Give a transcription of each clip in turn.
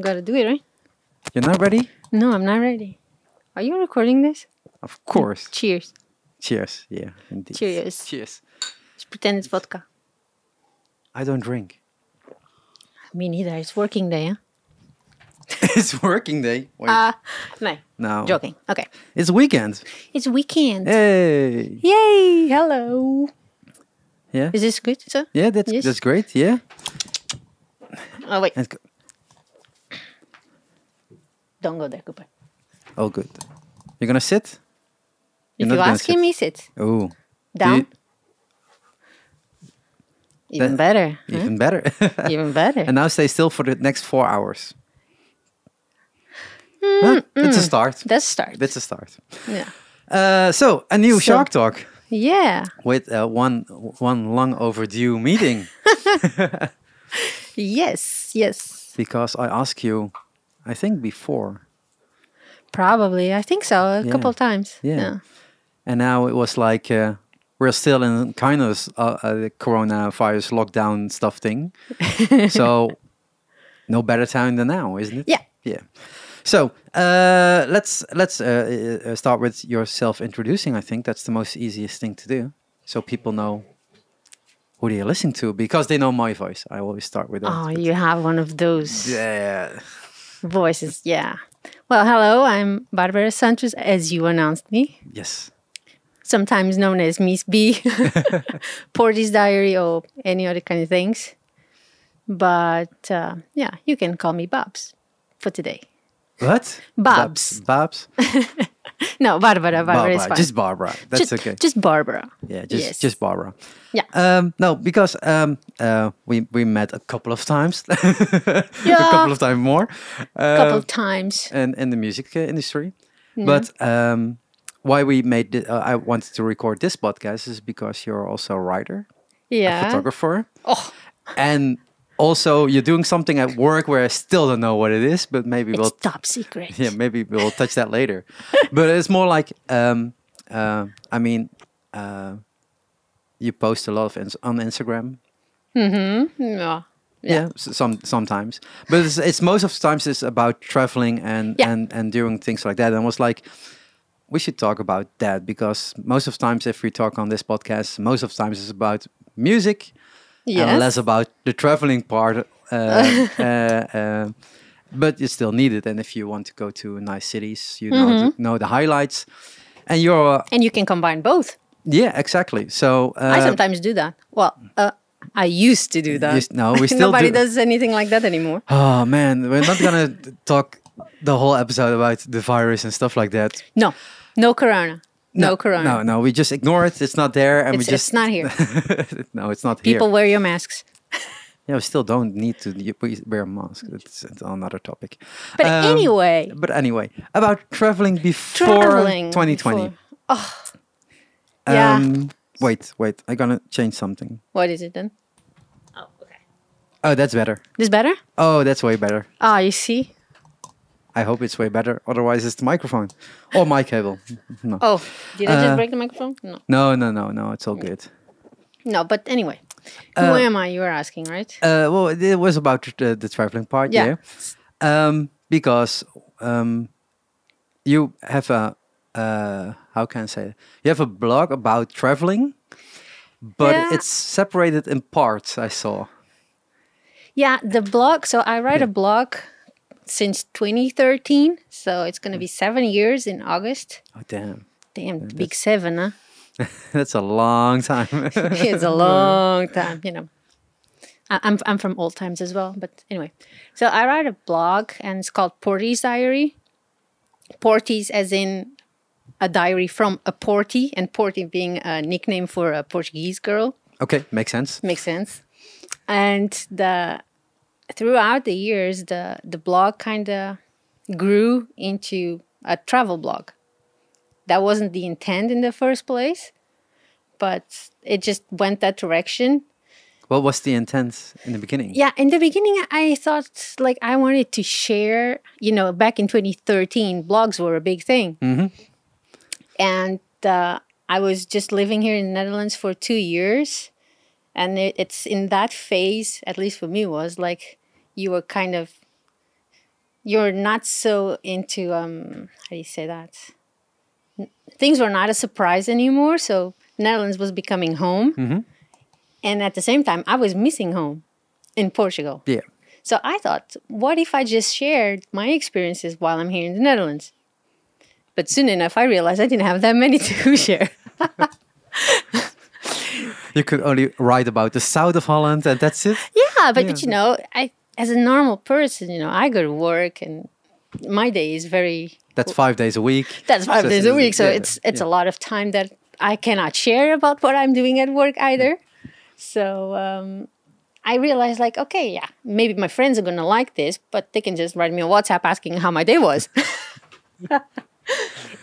Gotta do it, right? You're not ready? No, I'm not ready. Are you recording this? Of course. Cheers. Cheers. Yeah, indeed. Mm. Cheers. Cheers. Let's pretend it's vodka. I don't drink. Me neither. It's working day, huh? it's working day. Wait, Ah, no. no. Joking. Okay. It's weekend. It's weekend. Hey. Yay! Hello. Yeah. Is this good, sir? Yeah, that's Yes. that's great. Yeah. Oh wait, Let's go. don't go there, Cooper. Oh, good. You're gonna sit? You're If not you gonna ask him, sit. he sits Oh. down. you- Even That- better. huh? Even better. Even better. and now stay still for the next four hours. Huh? It's a start. Let's start. It's a start. Mm, yeah. Uh, so a new So- Shark Talk Yeah. with uh, one one long overdue meeting. Yes. Yes. because I asked you, I think before, Probably. I think so. A couple of times. Yeah. and now it was like uh, we're still in kind of s- uh, uh, the coronavirus lockdown stuff thing. so no better time than now, isn't it? Yeah. yeah. So uh, let's let's uh, uh, uh, start with yourself introducing. I think that's the most easiest thing to do, so people know. Who do you listen to? Because they know my voice. I always start with that. Oh, but- you have one of those yeah. voices. Yeah. Well, hello. I'm Barbara Sanchez, as you announced me, Yes. sometimes known as Miss B, Porty's Diary, or any other kind of things. But uh, yeah, you can call me Babs for today. What? Babs. Babs. No, Barbara. Barbara is Barbara, fine. just Barbara. That's just, okay. Just Barbara. yeah, just Yes. just Barbara. Yeah. Um, no, because um, uh, we we met a couple of times, Yeah. a couple of times more, A uh, couple times. and in the music uh, industry. Mm-hmm. But um, why we made the, uh, I wanted to record this podcast is because you're also a writer, Yeah. a photographer, Oh, and also you're doing something at work where I still don't know what it is, but maybe it's we'll top secret. yeah, maybe we'll touch that later. But it's more like, um, uh, I mean, uh, you post a lot of ins- on Instagram. Yeah. Yeah, s- some sometimes, but it's, it's most of the times it's about traveling and Yeah. and and doing things like that. And I was like, we should talk about that because most of the times if we talk on this podcast, most of the times it's about music and Yes. less about the traveling part. Uh, uh, uh, but you still need it. And if you want to go to nice cities, you know, Mm-hmm. to know the highlights. And you're, And you can combine both. yeah, exactly. So, uh, I sometimes do that. Well, uh, I used to do that. s- no, we still Nobody do- does anything like that anymore. oh man, we're not going to talk the whole episode about the virus and stuff like that. No, no corona. No, corona. No, no, we just ignore it. It's not there. And It's, we it's just, not here. no, it's not here. People wear your masks. Yeah, we still don't need to y- we wear a mask. It's, it's another topic. But Um, anyway, But anyway, about traveling before traveling. 2020. before- Oh, yeah. Um, wait, wait. I'm gonna change something. what is it then? Oh, that's better. This better? Oh, that's way better. Ah, you see. I hope it's way better. Otherwise, it's the microphone or my cable. No, Oh, did I Uh, just break the microphone? No, no, no, no, no. It's all good. no. But anyway, who am I? You were asking, right? Uh, well, it it was about uh, the, the traveling part, yeah. Yeah. Um, because um, you have a uh, how can I say it? You have a blog about traveling, but Yeah. it's separated in parts. I saw. Yeah, the blog. So I write a blog since 2013. So it's going to be seven years in August. Oh damn, Damn, the big seven, huh? that's a long time. it's a long time, you know. I- I'm, I'm from old times as well. But anyway, so I write a blog and it's called Porty's Diary. Porty's as in a diary from a Porty, and Porty being a nickname for a Portuguese girl. okay, makes sense. makes sense and the throughout the years the the blog kind of grew into a travel blog that wasn't the intent in the first place but it just went that direction What was the intent in the beginning? yeah in the beginning i thought like i wanted to share you know back in 2013 blogs were a big thing and uh, i was just living here in the netherlands for two years and it, it's in that phase at least for me was like you were kind of you're not so into um how do you say that N- things were not a surprise anymore so netherlands was becoming home and at the same time i was missing home in portugal Yeah. so i thought what if i just shared my experiences while i'm here in the netherlands but soon enough i realized i didn't have that many to share You could only write about the south of Holland and that's it. Yeah, but, but Yeah. you know, I as a normal person, you know, I go to work and my day is very That's five days a week. that's five So days it's- a week, so yeah, it's it's yeah. a lot of time that I cannot share about what I'm doing at work either. So um, I realized, like, okay, yeah, maybe my friends are gonna like this, but they can just write me a WhatsApp asking how my day was.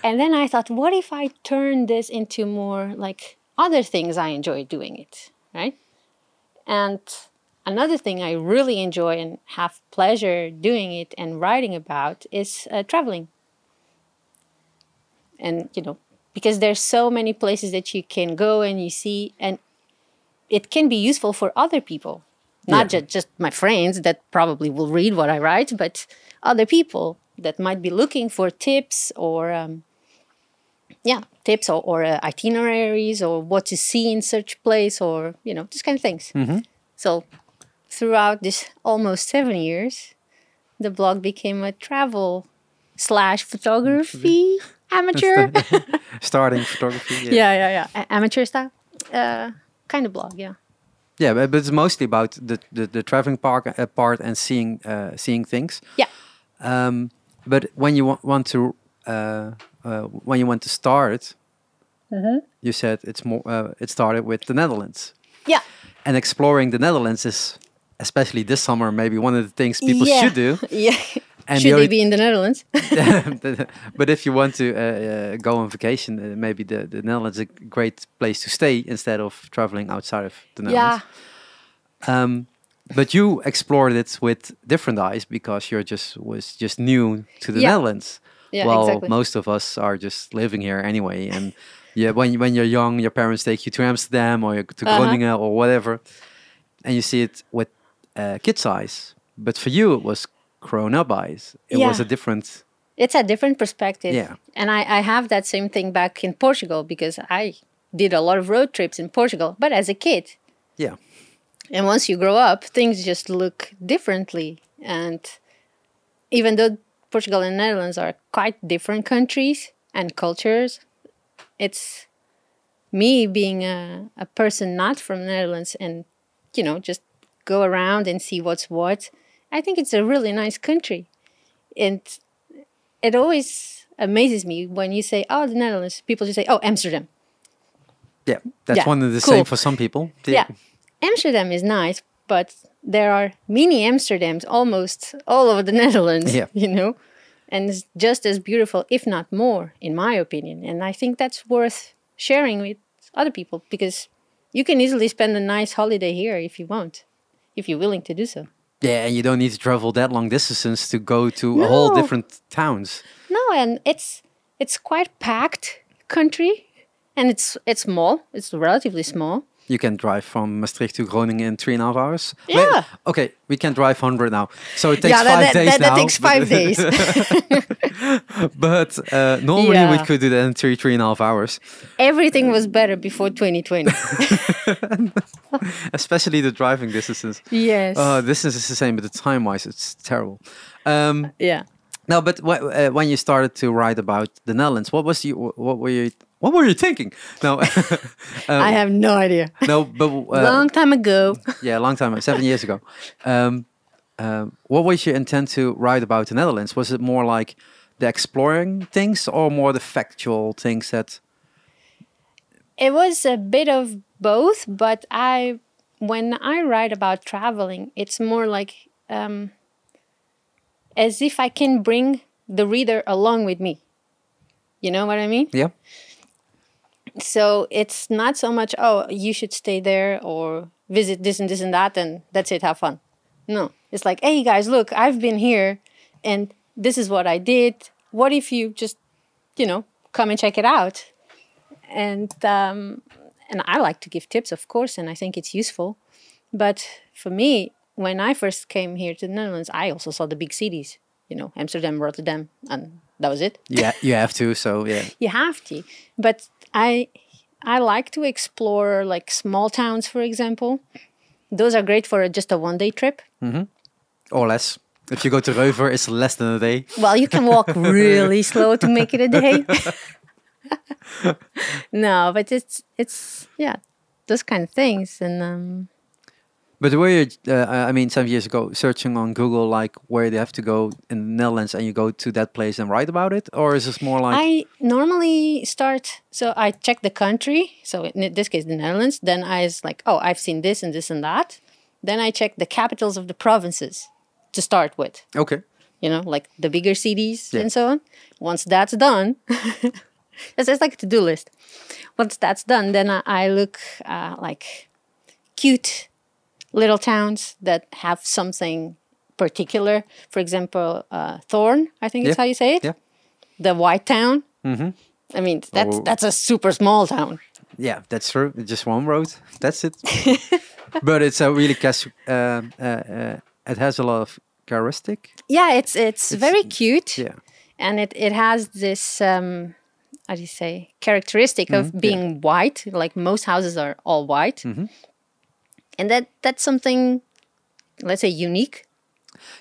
and then I thought, what if I turn this into more like other things I enjoy doing it, right? And another thing I really enjoy and have pleasure doing it and writing about is uh, traveling. And, you know, because there's so many places that you can go and you see, and it can be useful for other people, not ju- just my friends that probably will read what I write, but other people that might be looking for tips or, um, yeah, tips or, or uh, itineraries or what to see in such place or, you know, these kind of things. So, throughout this almost seven years, the blog became a travel slash photography amateur. starting photography. Yeah. yeah, yeah, yeah. A- amateur style uh, kind of blog. Yeah. Yeah, but, but it's mostly about the the, the traveling park uh, part and seeing uh, seeing things. Yeah. Um, but when you want, want to uh, uh, when you want to start, Mm-hmm. you said it's more. Uh, it started with the Netherlands Yeah. and exploring the Netherlands is, especially this summer, maybe one of the things people Yeah. should do. Yeah. And Should they the only- be in the Netherlands? but if you want to uh, uh, go on vacation, uh, maybe the, the Netherlands is a great place to stay instead of traveling outside of the Netherlands. yeah. Um, but you explored it with different eyes because you're just was just new to the Yeah. Netherlands. Yeah, While exactly. most of us are just living here anyway, and yeah, when you- when you're young, your parents take you to Amsterdam or to Uh-huh. Groningen or whatever, and you see it with uh, kids' eyes. But for you, it was grown-up eyes. It was Yeah. a different. It's a different perspective. Yeah. And I, I have that same thing back in Portugal because I did a lot of road trips in Portugal, but as a kid. Yeah, And once you grow up, things just look differently. And even though Portugal and Netherlands are quite different countries and cultures, it's me being a, a person not from Netherlands and, you know, just go around and see what's what. I think it's a really nice country. And it always amazes me when you say, oh, the Netherlands, people just say, oh, Amsterdam. yeah, that's Yeah, one of the cool. same for some people. Yeah. Amsterdam is nice, but there are mini Amsterdams almost all over the Netherlands, Yeah. you know? And it's just as beautiful, if not more, in my opinion. And I think that's worth sharing with other people because you can easily spend a nice holiday here if you want, if you're willing to do so. yeah, and you don't need to travel that long distances to go to a whole No. different towns. No, and it's it's quite packed country and it's it's small, it's relatively small. You can drive from Maastricht to Groningen in three and a half hours. Wait, Yeah. okay, we can drive 100 now. So it takes yeah, that, five that, days that, that now. takes but- five days. But uh, normally we Yeah. could do that in three, three and a half hours. Everything was better before 2020. Especially the driving distances. yes. Uh, this is the same, but the time-wise, it's terrible. Um, yeah. no, but wh- uh, when you started to write about the Netherlands, what was you? What were you? What were you thinking? No, I have no idea. no, but uh, Long time ago. yeah, a long time, ago, seven years ago. Um, um, what was your intent to write about the Netherlands? Was it more like the exploring things or more the factual things that? It was a bit of both, but I when I write about traveling, it's more like um, as if I can bring the reader along with me. You know what I mean? Yeah, So it's not so much, oh, you should stay there or visit this and this and that, and that's it, have fun. No, it's like, hey guys, look, I've been here and this is what I did. What if you just, you know, come and check it out? And, um, and I like to give tips, of course, and I think it's useful. But for me, when I first came here to the Netherlands, I also saw the big cities. you know, Amsterdam, Rotterdam, and that was it. Yeah, you have to. So yeah, You have to. But I I like to explore like small towns, for example. Those are great for just a one day trip. or less. If you go to Reuver, it's less than a day. Well, you can walk really slow to make it a day. no, but it's it's yeah, those kind of things. And um, But were you, uh, I mean, some years ago, searching on Google like where they have to go in the Netherlands, and you go to that place and write about it, or is this more like I normally start so I check the country. So in this case, the Netherlands. Then I is like, oh, I've seen this and this and that. Then I check the capitals of the provinces to start with. okay? you know, like the bigger cities Yeah. and so on. Once that's done, it's, it's like a to-do list. Once that's done, then I, I look uh, like cute little towns that have something particular. For example, uh, Thorn, I think is Yeah. how you say it. Yeah. The white town. Mm-hmm. I mean, that's Oh. that's a super small town. Yeah, that's true. Just one road. That's it. but it's a really cas- um uh, uh, it has a lot of characteristic. Yeah, it's it's, very cute. Yeah. and it, it has this um how do you say characteristic Mm-hmm. of being white like most houses are all white and that that's something let's say unique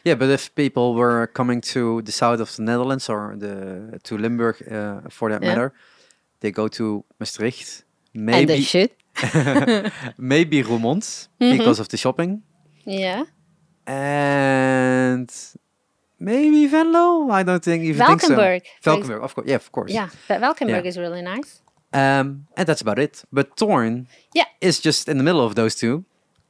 Yeah, but if people were coming to the south of the Netherlands or the to Limburg, uh, for that Yeah. matter, they go to Maastricht, and they Mm-hmm. maybe should maybe Roermond because of the shopping, yeah and maybe Venlo. I don't think even Valkenburg, for think so. ex- Valkenburg, of course. Yeah, of course. yeah but Valkenburg is really nice Um, and that's about it. But Torn yeah is just in the middle of those two,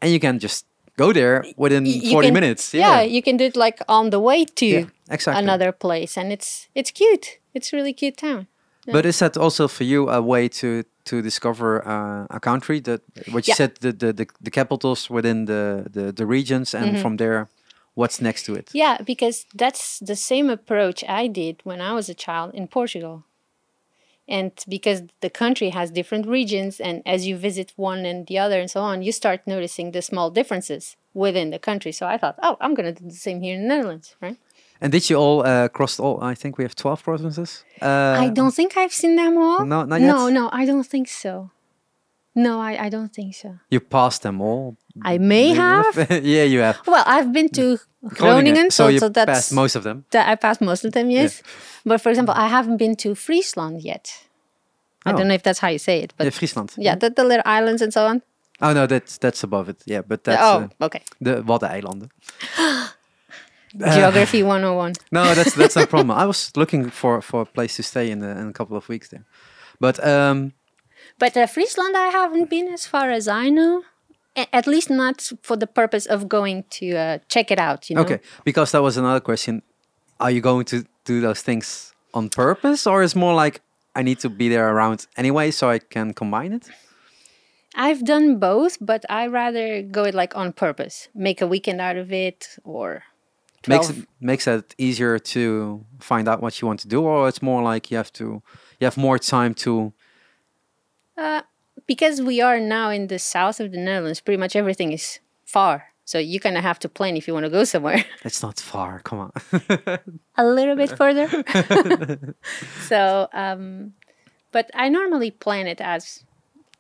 and you can just go there within Y- you forty can- minutes. yeah. you can do it like on the way to Yeah, exactly. another place and it's it's cute it's really cute town But is that also for you a way to to discover uh, a country that what you Yeah. said the, the the the capitals within the the, the regions and Mm-hmm. from there what's next to it? Yeah, because that's the same approach I did when I was a child in Portugal. And because the country has different regions, and as you visit one and the other and so on, you start noticing the small differences within the country. So I thought, oh, I'm going to do the same here in the Netherlands, right? And did you all uh, cross all? I think we have twelve provinces. Uh, I don't think I've seen them all. No, not No, yet. no, I don't think so. No, I, I don't think so. You passed them all. I may have. yeah, you have. Well, I've been to Groningen, Groningen, so, you so that's passed most of them. that I passed most of them, yes. But for example, I haven't been to Friesland yet. I Oh. don't know if that's how you say it, but yeah, yeah, Friesland. the, the little islands and so on. Oh no, that's that's above it. Yeah, but that's oh, uh, okay. the Waddeneilanden. Geography 101. No, that's that's no problem. I was looking for for a place to stay in, uh, in a couple of weeks there, but um, But uh, Friesland, I haven't been as far as I know. A- at least not for the purpose of going to uh, check it out, you know? okay, because that was another question. Are you going to do those things on purpose, or is more like I need to be there around anyway, so I can combine it? I've done both, but I rather go it like on purpose, make a weekend out of it or. Makes 12. it makes it easier to find out what you want to do, or it's more like you have to you have more time to because we are now in the south of the Netherlands, pretty much everything is far. So you kind of have to plan if you want to go somewhere It's not far. Come on. a little bit further. so, um, but I normally plan it as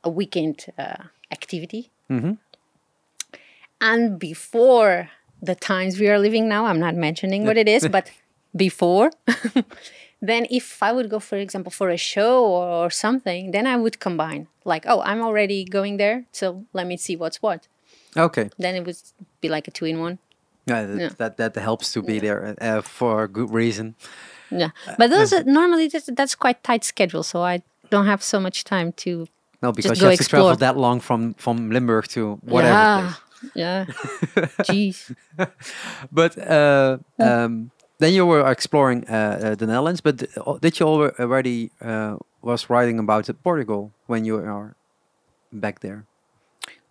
a weekend uh, activity. And before the times we are living now, I'm not mentioning what it is, but before, then if I would go, for example, for a show or, or something, then I would combine. Like, oh, I'm already going there, so let me see what's what. okay. Then it would be like a two in one. Yeah, that, that that helps to be there uh, for a good reason. Yeah, Uh, but those are normally that's, that's quite tight schedule, so I don't have so much time to No, because go you have to travel explore. that long from from Limburg to whatever. yeah, place. yeah. Jeez, But uh, um, then you were exploring uh, uh, the Netherlands. But th- al- did you alre- already uh, was writing about it, Portugal when you are back there,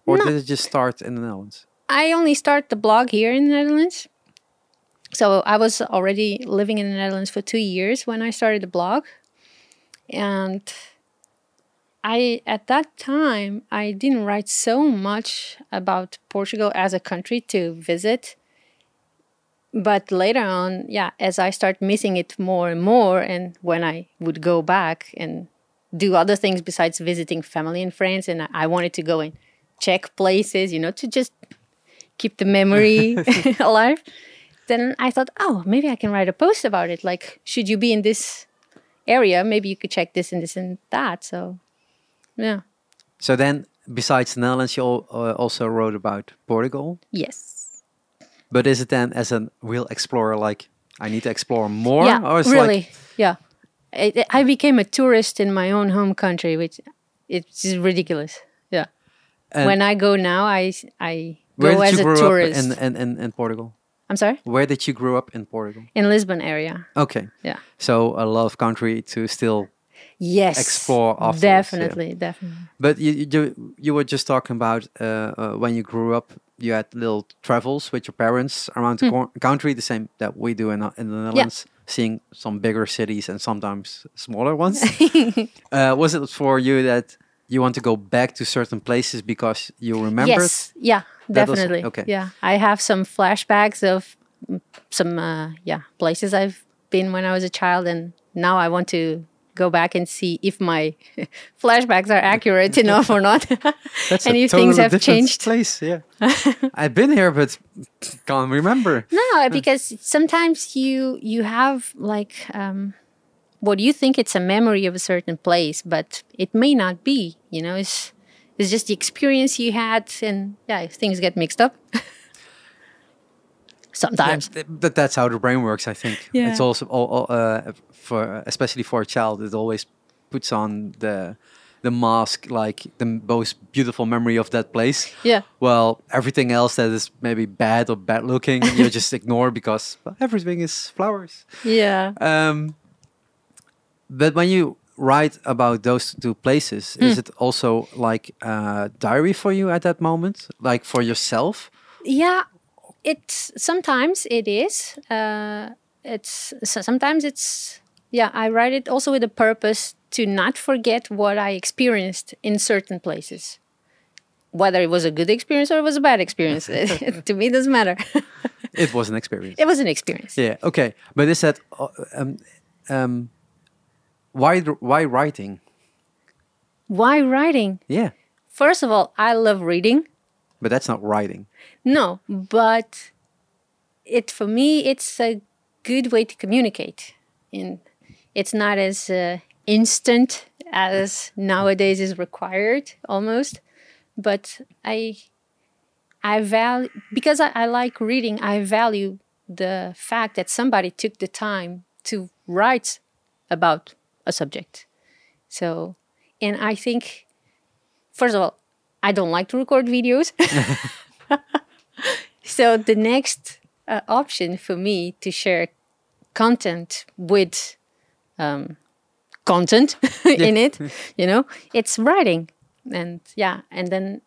or No. did it just start in the Netherlands? I only start the blog here in the Netherlands, so I was already living in the Netherlands for two years when I started the blog, and I at that time I didn't write so much about Portugal as a country to visit. but later on, yeah, as I start missing it more and more, and when I would go back and do other things besides visiting family and friends, and I- I wanted to go and check places, you know, to just keep the memory alive. Then I thought, oh, maybe I can write a post about it. Like, should you be in this area? Maybe you could check this and this and that. So, yeah, So then, besides the Netherlands, you al- uh, also wrote about Portugal. yes. But is it then as a real explorer, like I need to explore more? yeah, or it's really, Like, yeah. I, I- I became a tourist in my own home country, which it's just ridiculous. Yeah. And- when I go now, I s- I where go did as you a grow tourist. up in, in, in, in Portugal? I'm sorry, Where did you grow up in Portugal? in Lisbon area. Okay. Yeah. So a love country to still Yes. Explore afterwards, yeah. Definitely, definitely. But you you- you, you were just talking about uh, uh, when you grew up, you had little travels with your parents around the Hmm. coun- country, the same that we do in, in the Netherlands, seeing some bigger cities and sometimes smaller ones. uh, was it for you that you want to go back to certain places because you remember? it? Yes. Yeah. That was- Definitely. okay. Yeah. I have some flashbacks of mm, some uh, yeah places I've been when I was a child, and now I want to go back and see if my flashbacks are accurate enough or not, That's a and if things totally have different changed. Place, yeah. I've been here, but can't remember. No, because sometimes you you have like um, what you think it's a memory of a certain place, but it may not be. You know, it's it's just the experience you had, and yeah, things get mixed up. Yeah, sometimes, th- but that's how the brain works. I think Yeah. it's also all, all, uh, for especially for a child. It always puts on the the mask, like the m- most beautiful memory of that place. Yeah. Well, everything else that is maybe bad or bad looking, you just ignore because well, everything is flowers. yeah. Um, but when you write about those two places, Hmm. is it also like a diary for you at that moment, like for yourself? yeah it's sometimes it is uh it's so sometimes it's yeah i write it also with a purpose to not forget what i experienced in certain places whether it was a good experience or it was a bad experience to me it doesn't matter It was an experience. it was an experience Yeah. Okay. But is that uh, um, um, why dr- why writing? why writing Yeah. first of all i love reading But that's not writing. No, but it for me it's a good way to communicate. And it's not as uh, instant as nowadays is required almost, but I I value because I, I like reading. I value the fact that somebody took the time to write about a subject. So, and I think first of all, I don't like to record videos. So the next uh, option for me to share content with um, content in it, you know, it's writing, and yeah, and then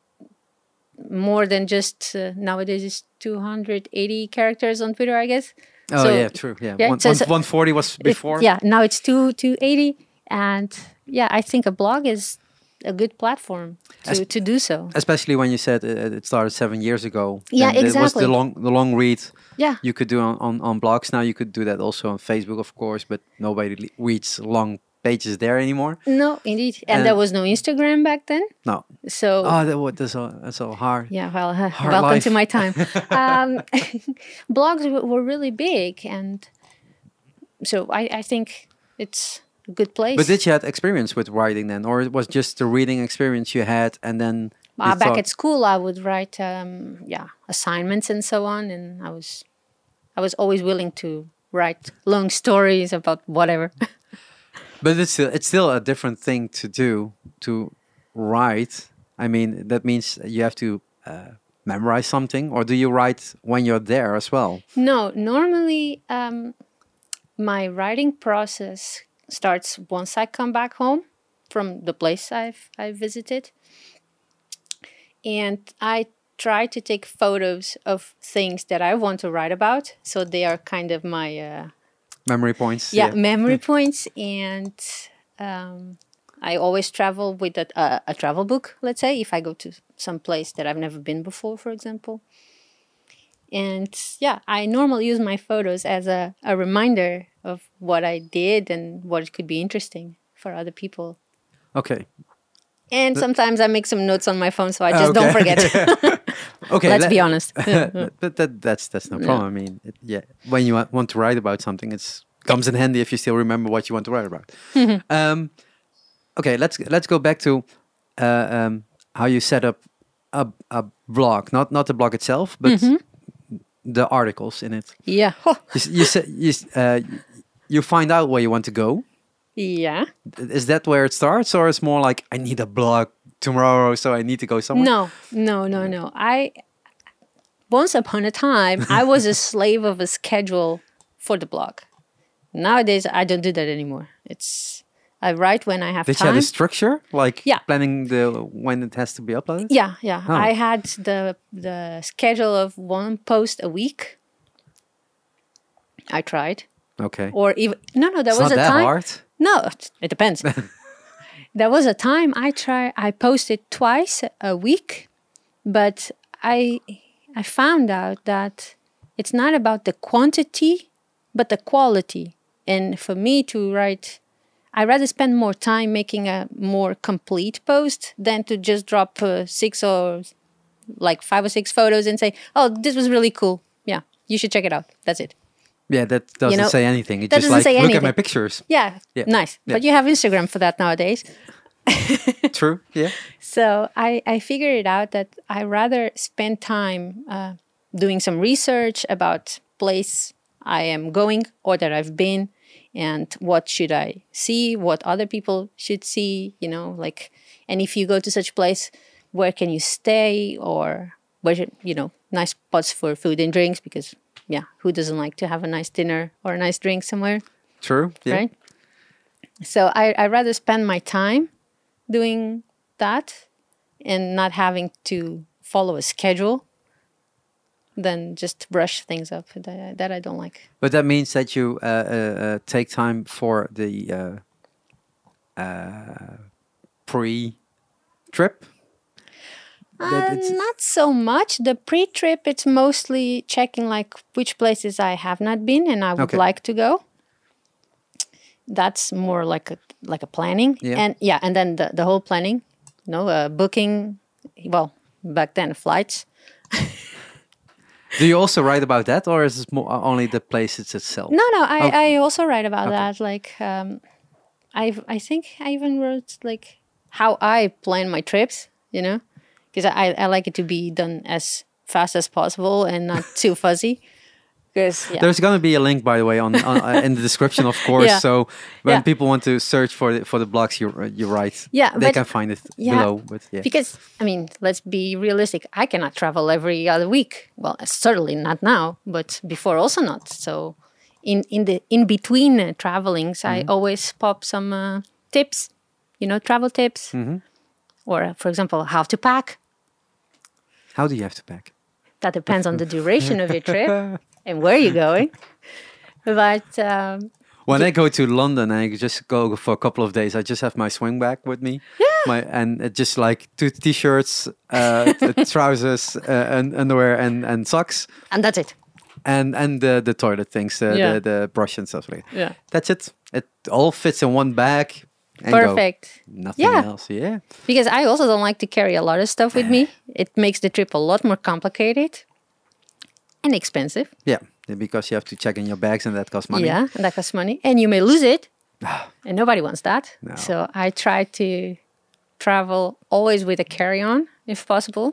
more than just uh, nowadays is 280 characters on Twitter, I guess. Oh So- yeah, true. Yeah. yeah, one, so- one- so- 140 was it- before. yeah, now it's two 280, and yeah, I think a blog is a good platform to, to do so. Especially when you said uh, it started seven years ago. Yeah, and It was exactly. the long the long read. Yeah. You could do on, on on blogs now. You could do that also on Facebook, of course. But nobody le- reads long pages there anymore. No, indeed, and, there And- was no Instagram back then, No. so Oh, that was that's all, that's all hard. Yeah, well, uh, Hard welcome life. to my time. um, blogs w- were really big, and so I, I think it's a good place. But did you had experience with writing then, or it was just the reading experience you had, and then you uh, back thought- at school, I would write, um, yeah, assignments and so on, and I was, I was always willing to write long stories about whatever. But it's still, it's still a different thing to do to write. I mean, that means you have to uh, memorize something, or do you write when you're there as well? No, normally um, my writing process starts once I come back home from the place I've I visited, and I try to take photos of things that I want to write about. So they are kind of my uh, Memory points. yeah, memory Mm. points and um, i always travel with a, a, a travel book let's say if i go to some place that i've never been before for example And yeah, I normally use my photos as a, a reminder of what I did and what could be interesting for other people. Okay. And sometimes I make some notes on my phone so I just don't Oh, Okay. forget. Okay. Let's let- be honest. but that, that's that's no problem. I mean, it, yeah, when you wa- want to write about something, it's comes in handy if you still remember what you want to write about. um, okay, let's let's go back to uh, um, how you set up a, a blog, not not the blog itself, but Mm-hmm. the articles in it. yeah. Huh. You s- you, se- you s- uh, you find out where you want to go. Yeah. Is that where it starts, or it's more like I need a blog tomorrow, so I need to go somewhere? No, no, no, no. I once upon a time I was a slave of a schedule for the blog. Nowadays I don't do that anymore. It's I write when I have Did you time. have a structure, like Yeah. planning the when it has to be uploaded? yeah, yeah. Oh. I had the the schedule of one post a week. I tried, Okay. or even no, no. There it's was not a that time. hard. No, it- it depends. there was a time I try I posted twice a week, but I I found out that it's not about the quantity but the quality. And for me to write I rather spend more time making a more complete post than to just drop uh, six or like five or six photos and say, "Oh, this was really cool. Yeah, you should check it out." That's it. Yeah, that doesn't know, say anything. It that just doesn't like say look at my anything. pictures. Yeah, Yeah, nice. yeah. But you have Instagram for that nowadays. True. Yeah. So I, I figured it out that I rather spend time uh, doing some research about place I am going or that I've been and what should I see, what other people should see, you know, like, and if you go to such place, where can you stay or where, should- you know, nice spots for food and drinks because, yeah, who doesn't like to have a nice dinner or a nice drink somewhere? True. Yeah. right? So I I rather spend my time doing that and not having to follow a schedule than just brush things up that, that I don't like. But that means that you uh, uh, uh, take time for the uh, uh, pre-trip. That Uh, it's- not so much. The pre-trip, it's mostly checking like which places I have not been and I would Okay. like to go. That's more like a like a planning, Yeah. and yeah, and then the, the whole planning, you know, uh, booking. Well, back then flights, Do you also write about that, or is it more only the place it's itself? No, no, I, Okay. I also write about that. Like, um, I I think I even wrote like how I plan my trips. You know, because I I like it to be done as fast as possible and not too fuzzy. Because yeah, There's going to be a link, by the way, on, on uh, in the description, of course. Yeah. So when Yeah. people want to search for the, for the blogs you uh, you write, Yeah, they but- can find it yeah. below. But yeah, because I mean, let's be realistic. I cannot travel every other week. Well, certainly not now, but before also not. So, in in the in between uh, travelings, Mm-hmm. I always pop some uh, tips. You know, travel tips, Mm-hmm. or uh, for example, how to pack. how do you have to pack? That depends on the duration of your trip and where you're going. But um, When I go to London, I just go for a couple of days. I just have my swing bag with me, yeah. my and it just like two t-shirts, uh, t- trousers, uh, and underwear, and and socks, and that's it. and and the the toilet things, uh, Yeah. the the brush and stuff like. that. Yeah. that's it. It all fits in one bag. And go. Perfect. Nothing Yeah. else. Yeah. Because I also don't like to carry a lot of stuff with me. It makes the trip a lot more complicated and expensive. Yeah. Yeah, Because you have to check in your bags, and that costs money. Yeah, and that costs money, and you may lose it, and nobody wants that. No. So I try to travel always with a carry-on if possible.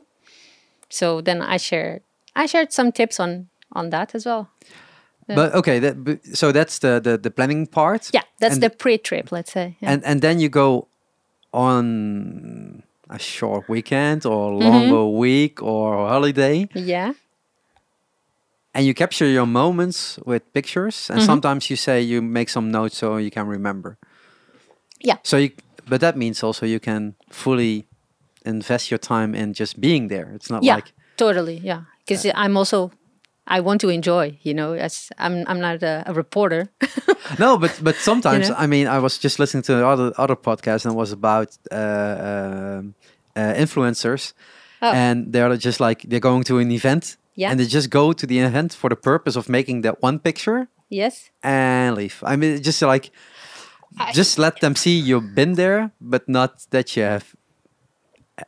So then I shared I shared some tips on on that as well. But okay, that, but- so that's the, the the planning part. Yeah, that's And- the pre-trip, let's say. Yeah. and and then you go on a short weekend or Mm-hmm. longer week or holiday yeah. and you capture your moments with pictures Mm-hmm. and sometimes you say you make some notes so you can remember Yeah. so you but that means also you can fully invest your time in just being there it's not yeah like totally yeah because i'm also i want to enjoy you know as i'm i'm not a, a reporter no but but sometimes know? i mean i was just listening to another other podcast and it was about uh, um, uh, influencers Oh. and they're just like they're going to an event Yeah. and they just go to the event for the purpose of making that one picture yes. and leave. I mean, just like, I- just let them see you've been there, but not that you have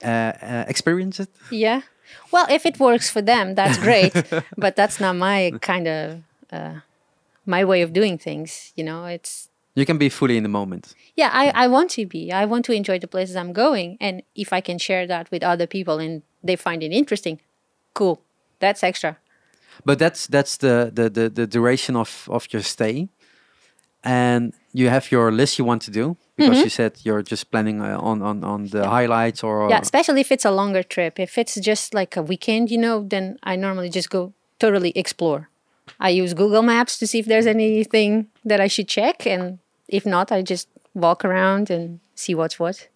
uh, uh, experienced it. Yeah. Well, if it works for them, that's great. but that's not my kind of uh, my way of doing things. You know, it's You can be fully in the moment. yeah. I I want to be. I want to enjoy the places I'm going, and if I can share that with other people and they find it interesting, cool. That's extra. But that's that's the the the, the duration of of your stay, and you have your list you want to do because you said you're just planning uh, on on on the highlights or Yeah, especially if it's a longer trip. If it's just like a weekend, you know, then I normally just go totally explore. I use Google Maps to see if there's anything that I should check, and if not, I just walk around and see what's what.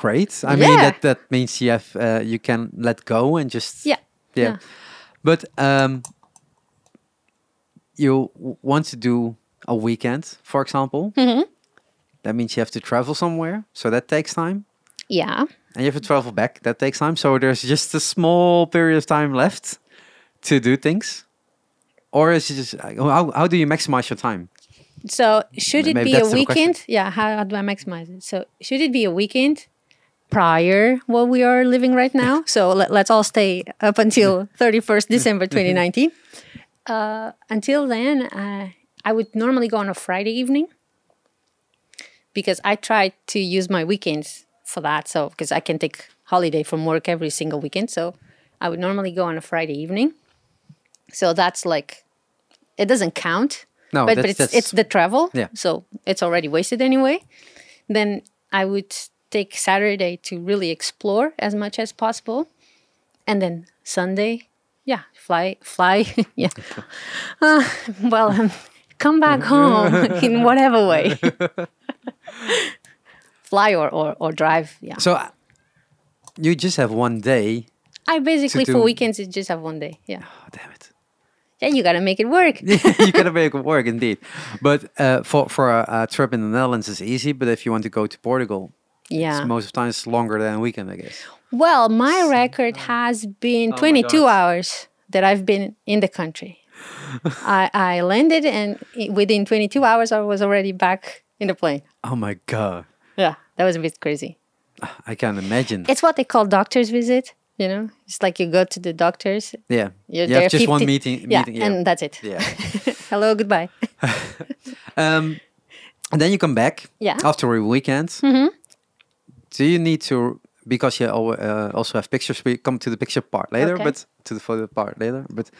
great. I mean Yeah. that that means you have uh, you can let go and just Yeah. yeah. But um, you w- want to do a weekend, for example. Mm-hmm. That means you have to travel somewhere, so that takes time, Yeah. and you have to travel back. That takes time. So there's just a small period of time left to do things. Or is it just uh, how, how do you maximize your time? So should M- it maybe be a that's the question. weekend? Yeah. How, how do I maximize it? So should it be a weekend prior what we are living right now? so let, let's all stay up until 31st December Mm-hmm. 2019. Uh, until then, uh, I would normally go on a Friday evening because I try to use my weekends for that. So because I can take holiday from work every single weekend, so I would normally go on a Friday evening. So that's like it doesn't count. No, but, but that's- it's that's- it's the travel. Yeah. So it's already wasted anyway. Then I would take Saturday to really explore as much as possible, and then Sunday, yeah, fly fly, yeah. Uh, well, um, come back home in whatever way fly or, or, or drive. Yeah. So uh, you just have one day. I basically do- for weekends it just have one day. Yeah. Oh, damn it. Yeah, you gotta make it work. you gotta make it work indeed. But uh, for for a, a trip in the Netherlands is easy. But if you want to go to Portugal, Yeah. most of the time it's longer than a weekend, I guess. Well, my record has been 22 God. hours that I've been in the country. I, I landed and i- within 22 hours I was already back in the plane. Oh my god, Yeah, that was a bit crazy. I can't imagine. It's what they call doctor's visit. You know, it's like you go to the doctor's. yeah, You're you there have just one 50 meeting. Yeah, meeting, yeah. and that's it. yeah. Hello, goodbye. Um, and then you come back. Yeah. Mm-hmm. After a weekend, do you need to? Because you al- uh, also have pictures. We come to the picture part later, Okay. but to the photo part later. But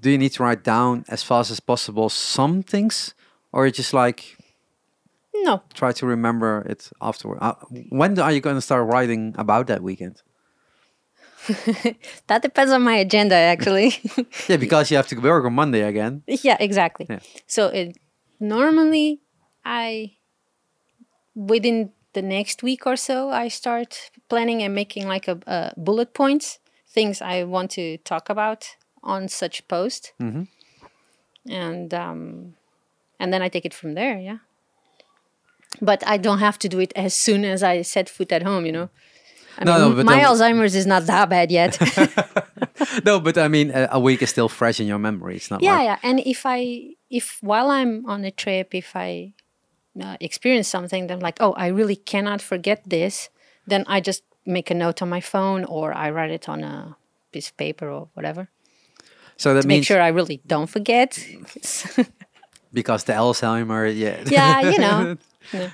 do you need to write down as fast as possible some things, or just like No, try to remember it afterward. Uh, when are you going to start writing about that weekend? that depends on my agenda actually. Yeah, because you have to work on Monday again. yeah exactly Yeah. so it normally i within the next week or so i start planning and making like a, a bullet points things i want to talk about on such post Mm-hmm. and um and then i take it from there yeah but i don't have to do it as soon as i set foot at home you know I No, mean, no, but my then- alzheimer's is not that bad yet No, but I mean, a, a week is still fresh in your memory. It's not yeah like yeah and if i if while i'm on a trip if i uh, experience something then like oh i really cannot forget this then i just make a note on my phone or i write it on a piece of paper or whatever so that make means sure i really don't forget because the Alzheimer, yeah. yeah you know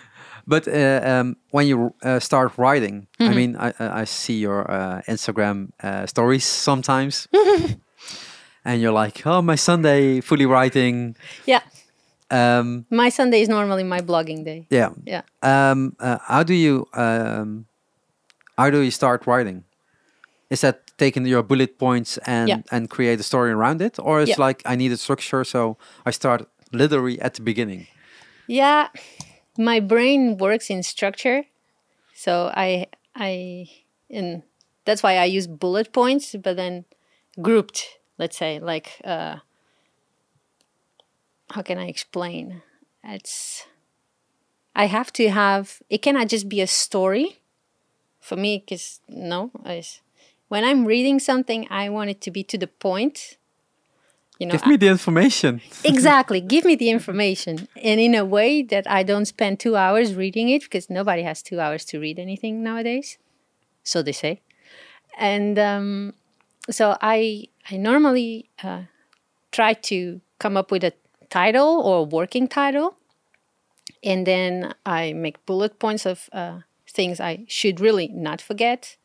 But uh, um, when you uh, start writing, Mm-hmm. I mean, I, I I see your uh, Instagram uh, stories sometimes, and you're like, "Oh, my Sunday fully writing." yeah Um, my sunday is normally my blogging day yeah, yeah um, uh, how do you um, how do you start writing? Is that taking your bullet points and Yeah. and create a story around it, or it's Yeah. like I need a structure, so I start literally at the beginning? Yeah, my brain works in structure, so I I and that's why I use bullet points, but then grouped. Let's say like uh, how can I explain? It's I have to have it cannot just be a story for me because no, it's, when I'm reading something, I want it to be to the point. You know, Give me the information. exactly give me the information and in a way that i don't spend two hours reading it because nobody has two hours to read anything nowadays so they say and um, so i i normally uh, try to come up with a title or a working title and then i make bullet points of uh, things i should really not forget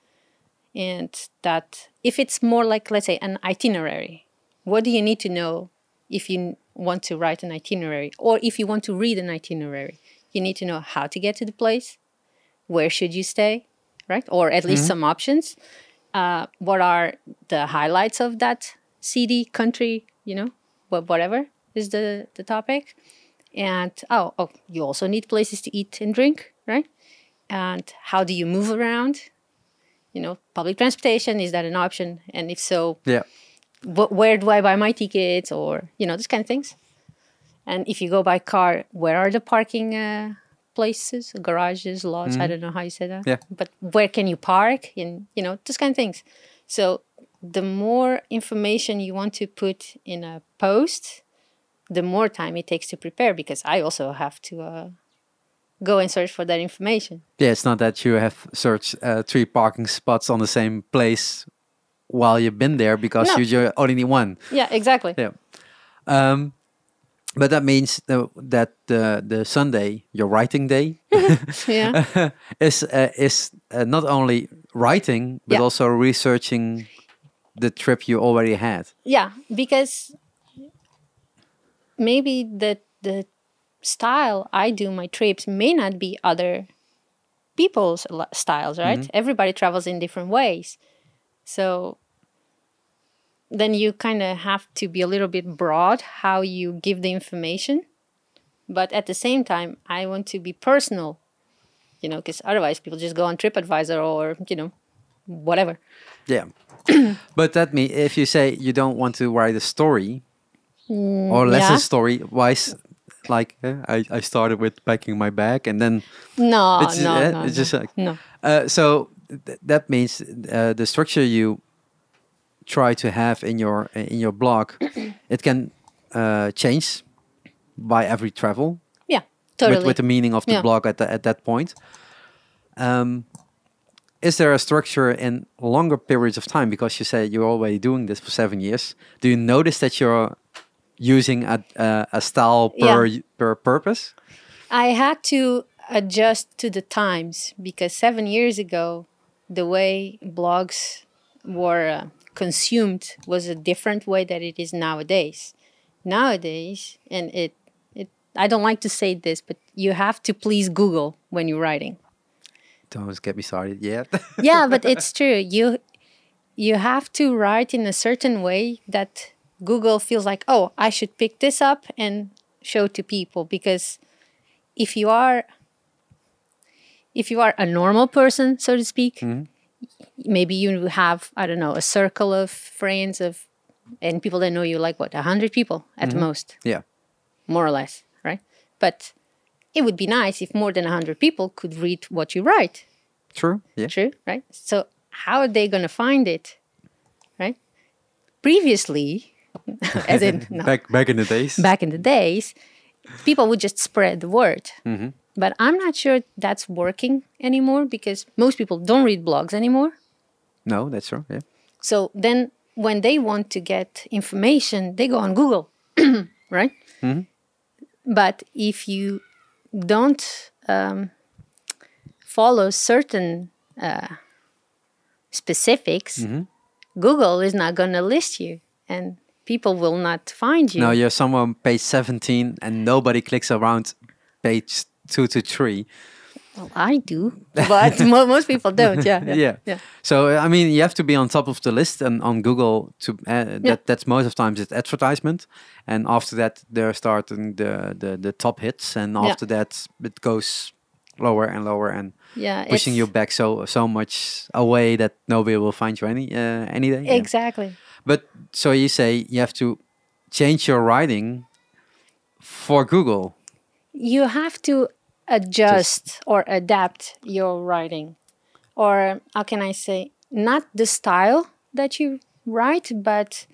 and that if it's more like let's say an itinerary what do you need to know if you n- want to write an itinerary or if you want to read an itinerary you need to know how to get to the place where should you stay right or at least some options uh, what are the highlights of that city country you know wha- whatever is the the topic and oh, oh you also need places to eat and drink right and how do you move around you know public transportation is that an option and if so yeah. wh- where do I buy my tickets or you know those kind of things. And if you go by car, where are the parking uh, places, garages, lots? I don't know how you say that. Mm-hmm. Yeah. But where can you park? And you know those kind of things. So the more information you want to put in a post, the more time it takes to prepare because I also have to uh, go and search for that information. Yeah, it's not that you have searched uh, three parking spots on the same place while you've been there because No. you ju- only need one. Yeah, exactly. Yeah. Um, but that means tho- that the the Sunday, your writing day, yeah. is uh, is uh, not only writing but Yeah. also researching the trip you already had. yeah because maybe the the style i do my trips may not be other people's li- styles right everybody travels in different ways so then you kind of have to be a little bit broad how you give the information but at the same time i want to be personal you know because otherwise people just go on tripadvisor or you know whatever Yeah. but that means if you say you don't want to write a story or less Mm, yeah. a story, why? s- Like eh, I, I started with packing my bag and then no It's- no, yeah, no it's no, just like- no Uh, so th- that means uh, the structure you try to have in your in your blog, it can uh, change by every travel yeah totally with, with the meaning of the Yeah. blog at the, at that point. Um, is there a structure in longer periods of time? Because you say you're already doing this for seven years. Do you notice that you're using a, a, a style Yeah. per per purpose? I had to adjust to the times because seven years ago, the way blogs were uh, consumed was a different way that it is nowadays. Nowadays, and it, it, I don't like to say this, but you have to please Google when you're writing. Don't get me started yet. yeah, but it's true. You, you have to write in a certain way that Google feels like, oh, I should pick this up and show to people because if you are if you are a normal person, so to speak, maybe you have I don't know a circle of friends of and people that know you like what hundred people at the most, yeah. more or less, right? But it would be nice if more than hundred people could read what you write. True. Yeah. True, right? So how are they going to find it, right? Previously, as in no, Back back in the days. back in the days, people would just spread the word. But I'm not sure that's working anymore because most people don't read blogs anymore. No, that's true. Yeah. So then when they want to get information, they go on Google, right? Mm-hmm. But if you don't um, follow certain uh, specifics, Mm-hmm. Google is not going to list you and people will not find you. Now you're somewhere on page 17 and nobody clicks around page two to three. Well, I do, but mo- most people don't. Yeah. Yeah. So, uh, I mean, you have to be on top of the list and on Google to, uh, Yeah. that, that's most of times it's advertisement. And after that, they're starting the, the, the top hits. And Yeah. after that, it goes lower and lower and Yeah, pushing it's- you back so, so much away that nobody will find you any, uh, any day. Yeah. Exactly. But so you say you have to change your writing for Google. You have to adjust or adapt your writing. Or how can I say? not the style that you write, but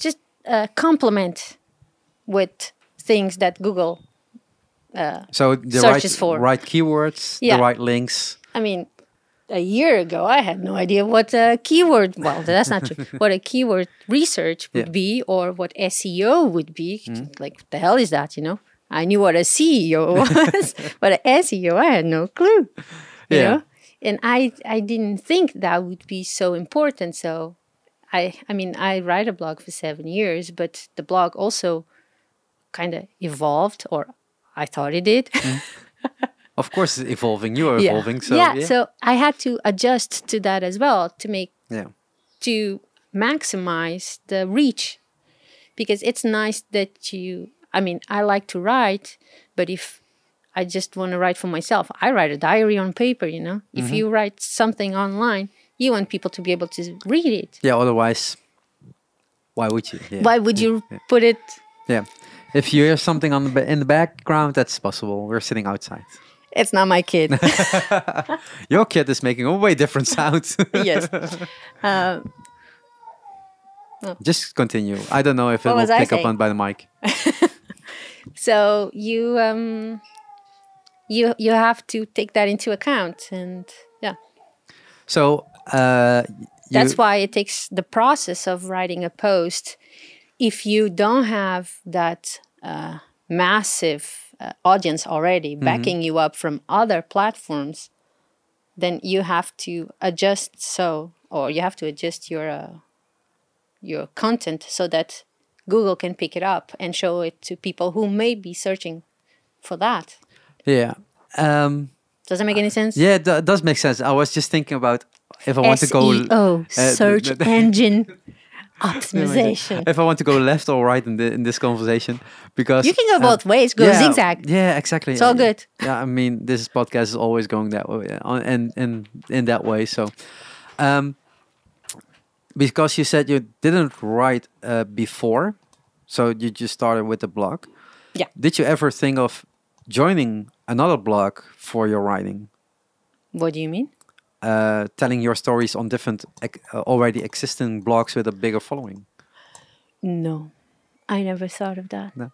just uh, complement with things that Google. So the Searches right, for. right keywords, Yeah. the right links. I mean, a year ago, I had no idea what a keyword. Well, that's not true. What a keyword research would be, or what SEO would be. Like, what the hell is that? You know, I knew what a CEO was, but a SEO, I had no clue. You Yeah. know, and I I didn't think that would be so important. So, I I mean, I write a blog for seven years, but the blog also kind of evolved, or I thought it did. Of course, it's evolving. You are Yeah. evolving. So yeah, yeah. so I had to adjust to that as well to make yeah. to maximize the reach because it's nice that you I mean I like to write but if I just want to write for myself I write a diary on paper you know Mm-hmm. if you write something online you want people to be able to read it Yeah, Otherwise, why would you? Yeah. why would you put it Yeah. If you hear something on the ba- in the background, that's possible. We're sitting outside. it's not my kid Your kid is making a way different sound. yes Uh, Just continue. I don't know if it What will was I pick up saying? on by the mic. so you um you you have to take that into account and yeah So uh, That's you- why it takes the process of writing a post. If you don't have that uh, massive uh, audience already Mm-hmm. backing you up from other platforms, then you have to adjust so, or you have to adjust your uh, your content so that Google can pick it up and show it to people who may be searching for that. yeah. Um, Does that make any sense? yeah, that does make sense. I was just thinking about if I want to go uh, SEO, the- E search the- engine optimization. if I want to go left or right in, the, in this conversation because You can go uh, both ways. Go yeah, zigzag. Yeah, exactly. It's all good. Yeah, I mean, this podcast is always going that way, uh, on- and and in that way. So, um, because you said you didn't write uh, before, so you just started with the blog. Yeah. Did you ever think of joining another blog for your writing, What do you mean? uh, telling your stories on different ex- uh, already existing blogs with a bigger following? No, I never thought of that. No.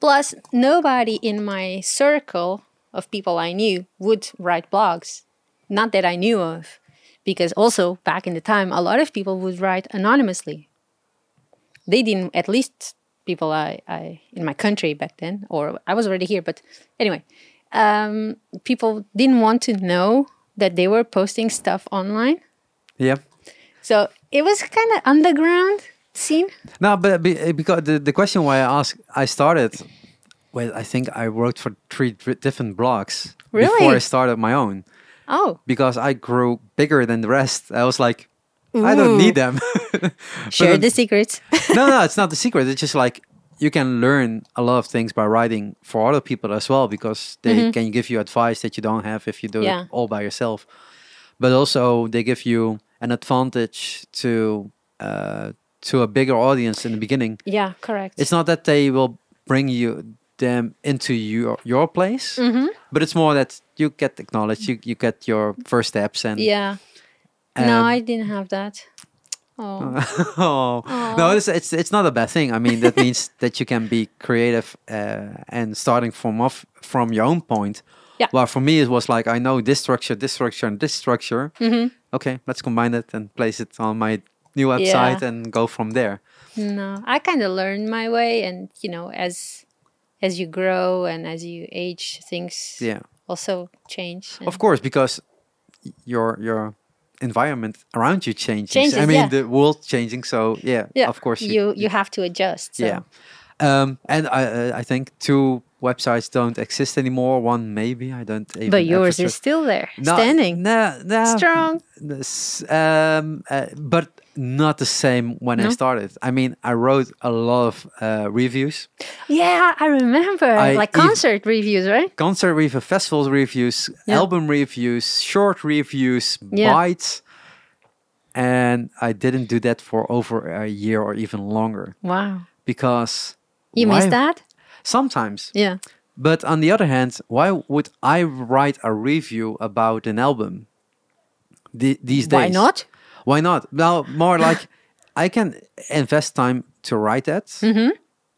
Plus, nobody in my circle of people I knew would write blogs. Not that I knew of. Because also, back in the time, a lot of people would write anonymously. They didn't, at least people I, I in my country back then, or I was already here, but anyway, um, people didn't want to know that they were posting stuff online. Yeah. So it was kind of underground scene. No, but be, eh, because the, the question why I asked, I started. Well, I think I worked for three dri- different blogs before Really? I started my own Oh, because I grew bigger than the rest. I was like, I don't Ooh. need them. share then- the secrets. no, no, it's not the secret. It's just like you can learn a lot of things by writing for other people as well because they can give you advice that you don't have if you do Mm-hmm. Yeah. it all by yourself. But also, they give you an advantage to uh, to a bigger audience in the beginning yeah, correct. it's not that they will bring you them into your your place, Mm-hmm. but it's more that you get acknowledged, you you get your first steps, and yeah. Um, no, I didn't have that. Oh, oh, no, it's, it's it's not a bad thing. I mean, that means that you can be creative uh, and starting from off from your own point. Yeah. Well, for me, it was like I know this structure, this structure, and this structure. Okay, let's combine it and place it on my new website Mm-hmm. Yeah. and go from there. no. I kind of learned my way and, you know, as as you grow and as you age, things Yeah. also change. and- Of course, because y- your your environment around you changes. Changes, I mean, yeah. the world changing. So yeah, yeah, of course you you have to adjust. So. yeah. Um, and I uh, I think two websites don't exist anymore. One maybe I don't. Even But yours ever is check. still there, No, standing No, no. Mm-hmm. strong. This, um, uh, but not the same when I No? started. I mean, I wrote a lot of uh, reviews. Yeah, I remember. I like ev- concert reviews, right? concert review, festival reviews, Yeah. album reviews, short reviews, Yeah. bites. And I didn't do that for over a year or even longer Wow, because you why- missed that? Sometimes, Yeah, but on the other hand, why would I write a review about an album? the, these days. Why not? Why not? Well, more like I can invest time to write that, Mm-hmm.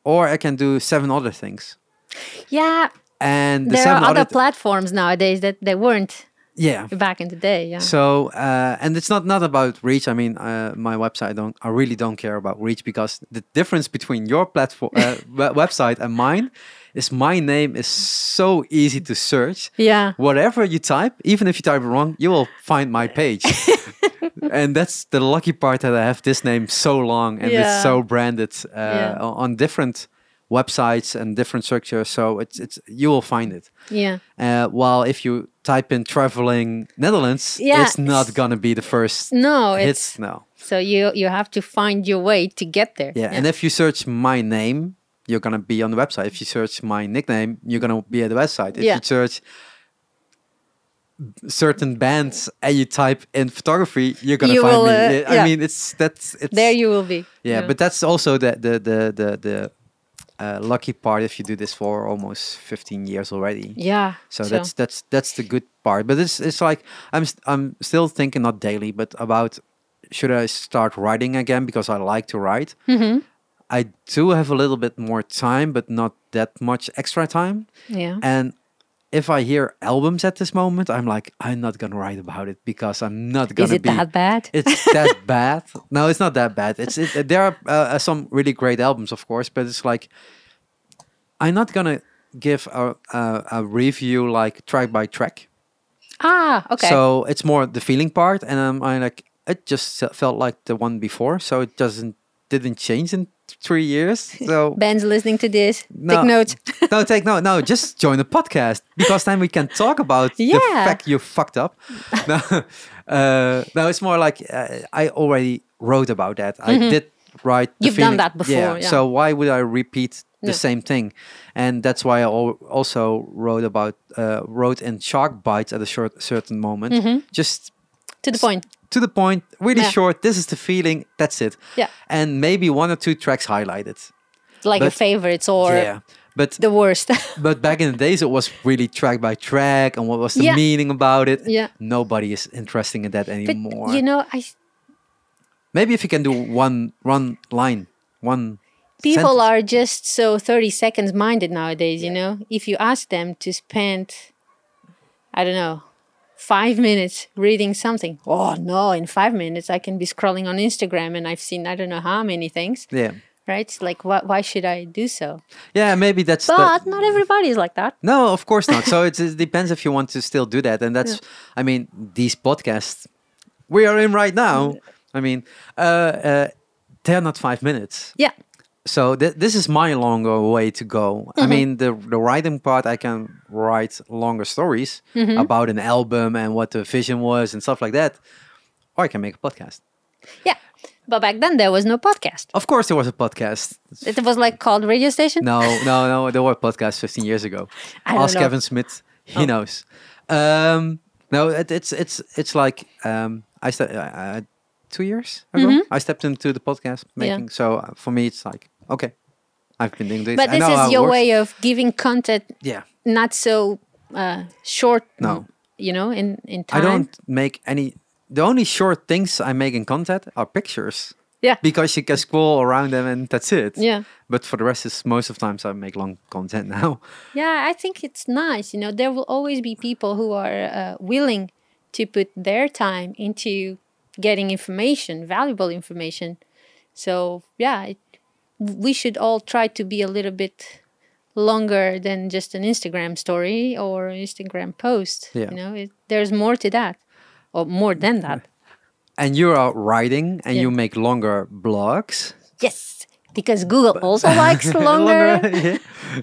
or I can do seven other things. Yeah, And the there seven are other th- platforms nowadays that they weren't yeah. back in the day. Yeah. So uh, and it's not not about reach. I mean, uh, my website I don't. I really don't care about reach because the difference between your platform uh, we- website and mine is my name is so easy to search. yeah. Whatever you type, even if you type it wrong, you will find my page. and that's the lucky part that I have this name so long and Yeah. it's so branded uh, Yeah. on on different websites and different structures. So it's it's you will find it. Yeah. Uh, while if you type in traveling Netherlands, Yeah, it's not it's- gonna be the first No, it's hits. No. so you you have to find your way to get there. Yeah. And if you search my name, you're gonna be on the website. If you search my nickname, you're gonna be at the website. If Yeah. you search certain bands and you type in photography, you're gonna You find will, me. uh, I yeah. mean, it's that's it's there you will be. yeah, but that's also the the the the, the uh, lucky part if you do this for almost 15 years already. yeah. So that's that's that's the good part. But it's it's like I'm st- I'm still thinking not daily, but about should I start writing again because I like to write. Mhm. I do have a little bit more time, but not that much extra time. yeah. And if I hear albums at this moment, I'm like I'm not gonna write about it because I'm not gonna Is it be. that bad? It's that bad. No, it's not that bad. It's it, there are uh, uh, some really great albums, of course, but it's like I'm not gonna give a, a, a review like track by track. ah, okay. So it's more the feeling part, and um, I like it just se- felt like the one before, so it doesn't didn't change in th- three years. So Ben's listening to this. No. Take notes. no, take no, no, just join the podcast because then we can talk about the Yeah. fact you fucked up. No, uh, no, it's more like uh, I already wrote about that. I did write. Mm-hmm. You've the done feeling- that before, yeah. So why would I repeat the No. same thing? And that's why I al- also wrote about uh, wrote in shark bites at a short certain moment, just to the point. to the point, really Mm-hmm. Yeah. short. This is the feeling. That's it. Yeah. And maybe one or two tracks highlighted. Like your but- favorites or yeah. But the worst. but back in the days, it was really track by track, and what was the Yeah. meaning about it? Yeah. Nobody is interesting in that but anymore. you know, I Maybe if you can do one one line, one. people sentence. are just so 30 seconds minded nowadays you know if you ask them to spend i don't know five minutes reading something oh no in five minutes i can be scrolling on instagram and i've seen i don't know how many things Yeah. right it's like why, why should i do so Yeah, maybe that's. the- but not everybody is like that No, of course not. So it's, it depends if you want to still do that. And that's, I mean, these podcasts we are in right now. I mean, uh, uh, they're not five minutes. yeah So th- this is my longer way to go. Mm-hmm. I mean, the the writing part, I can write longer stories Mm-hmm. about an album and what the vision was and stuff like that. Or I can make a podcast. yeah but back then there was no podcast Of course, there was a podcast. it was like called radio station No, no, no. There were podcasts 15 years ago. I don't Ask know. Oh. Kevin Smith. He knows. Um, no, it, it's it's it's like um, I ste- uh, uh, two years ago. Mm-hmm. I stepped into the podcast making. So uh, for me, it's like okay, I've been doing this. but I this know how is it your works. way of giving content Yeah, not so uh, short No. you know in in I time don't make any. The only short things I make in content are pictures yeah because you can scroll around them and that's it. Yeah. But for the rest, is most of times I make long content now. Yeah, I think it's nice. You know, there will always be people who are uh, willing to put their time into getting information, valuable information. So, yeah, it, we should all try to be a little bit longer than just an Instagram story or an Instagram post. Yeah. You know, it, there's more to that, or more than that. And you are writing and Yeah. you make longer blogs. Yes, because Google also likes longer. yeah.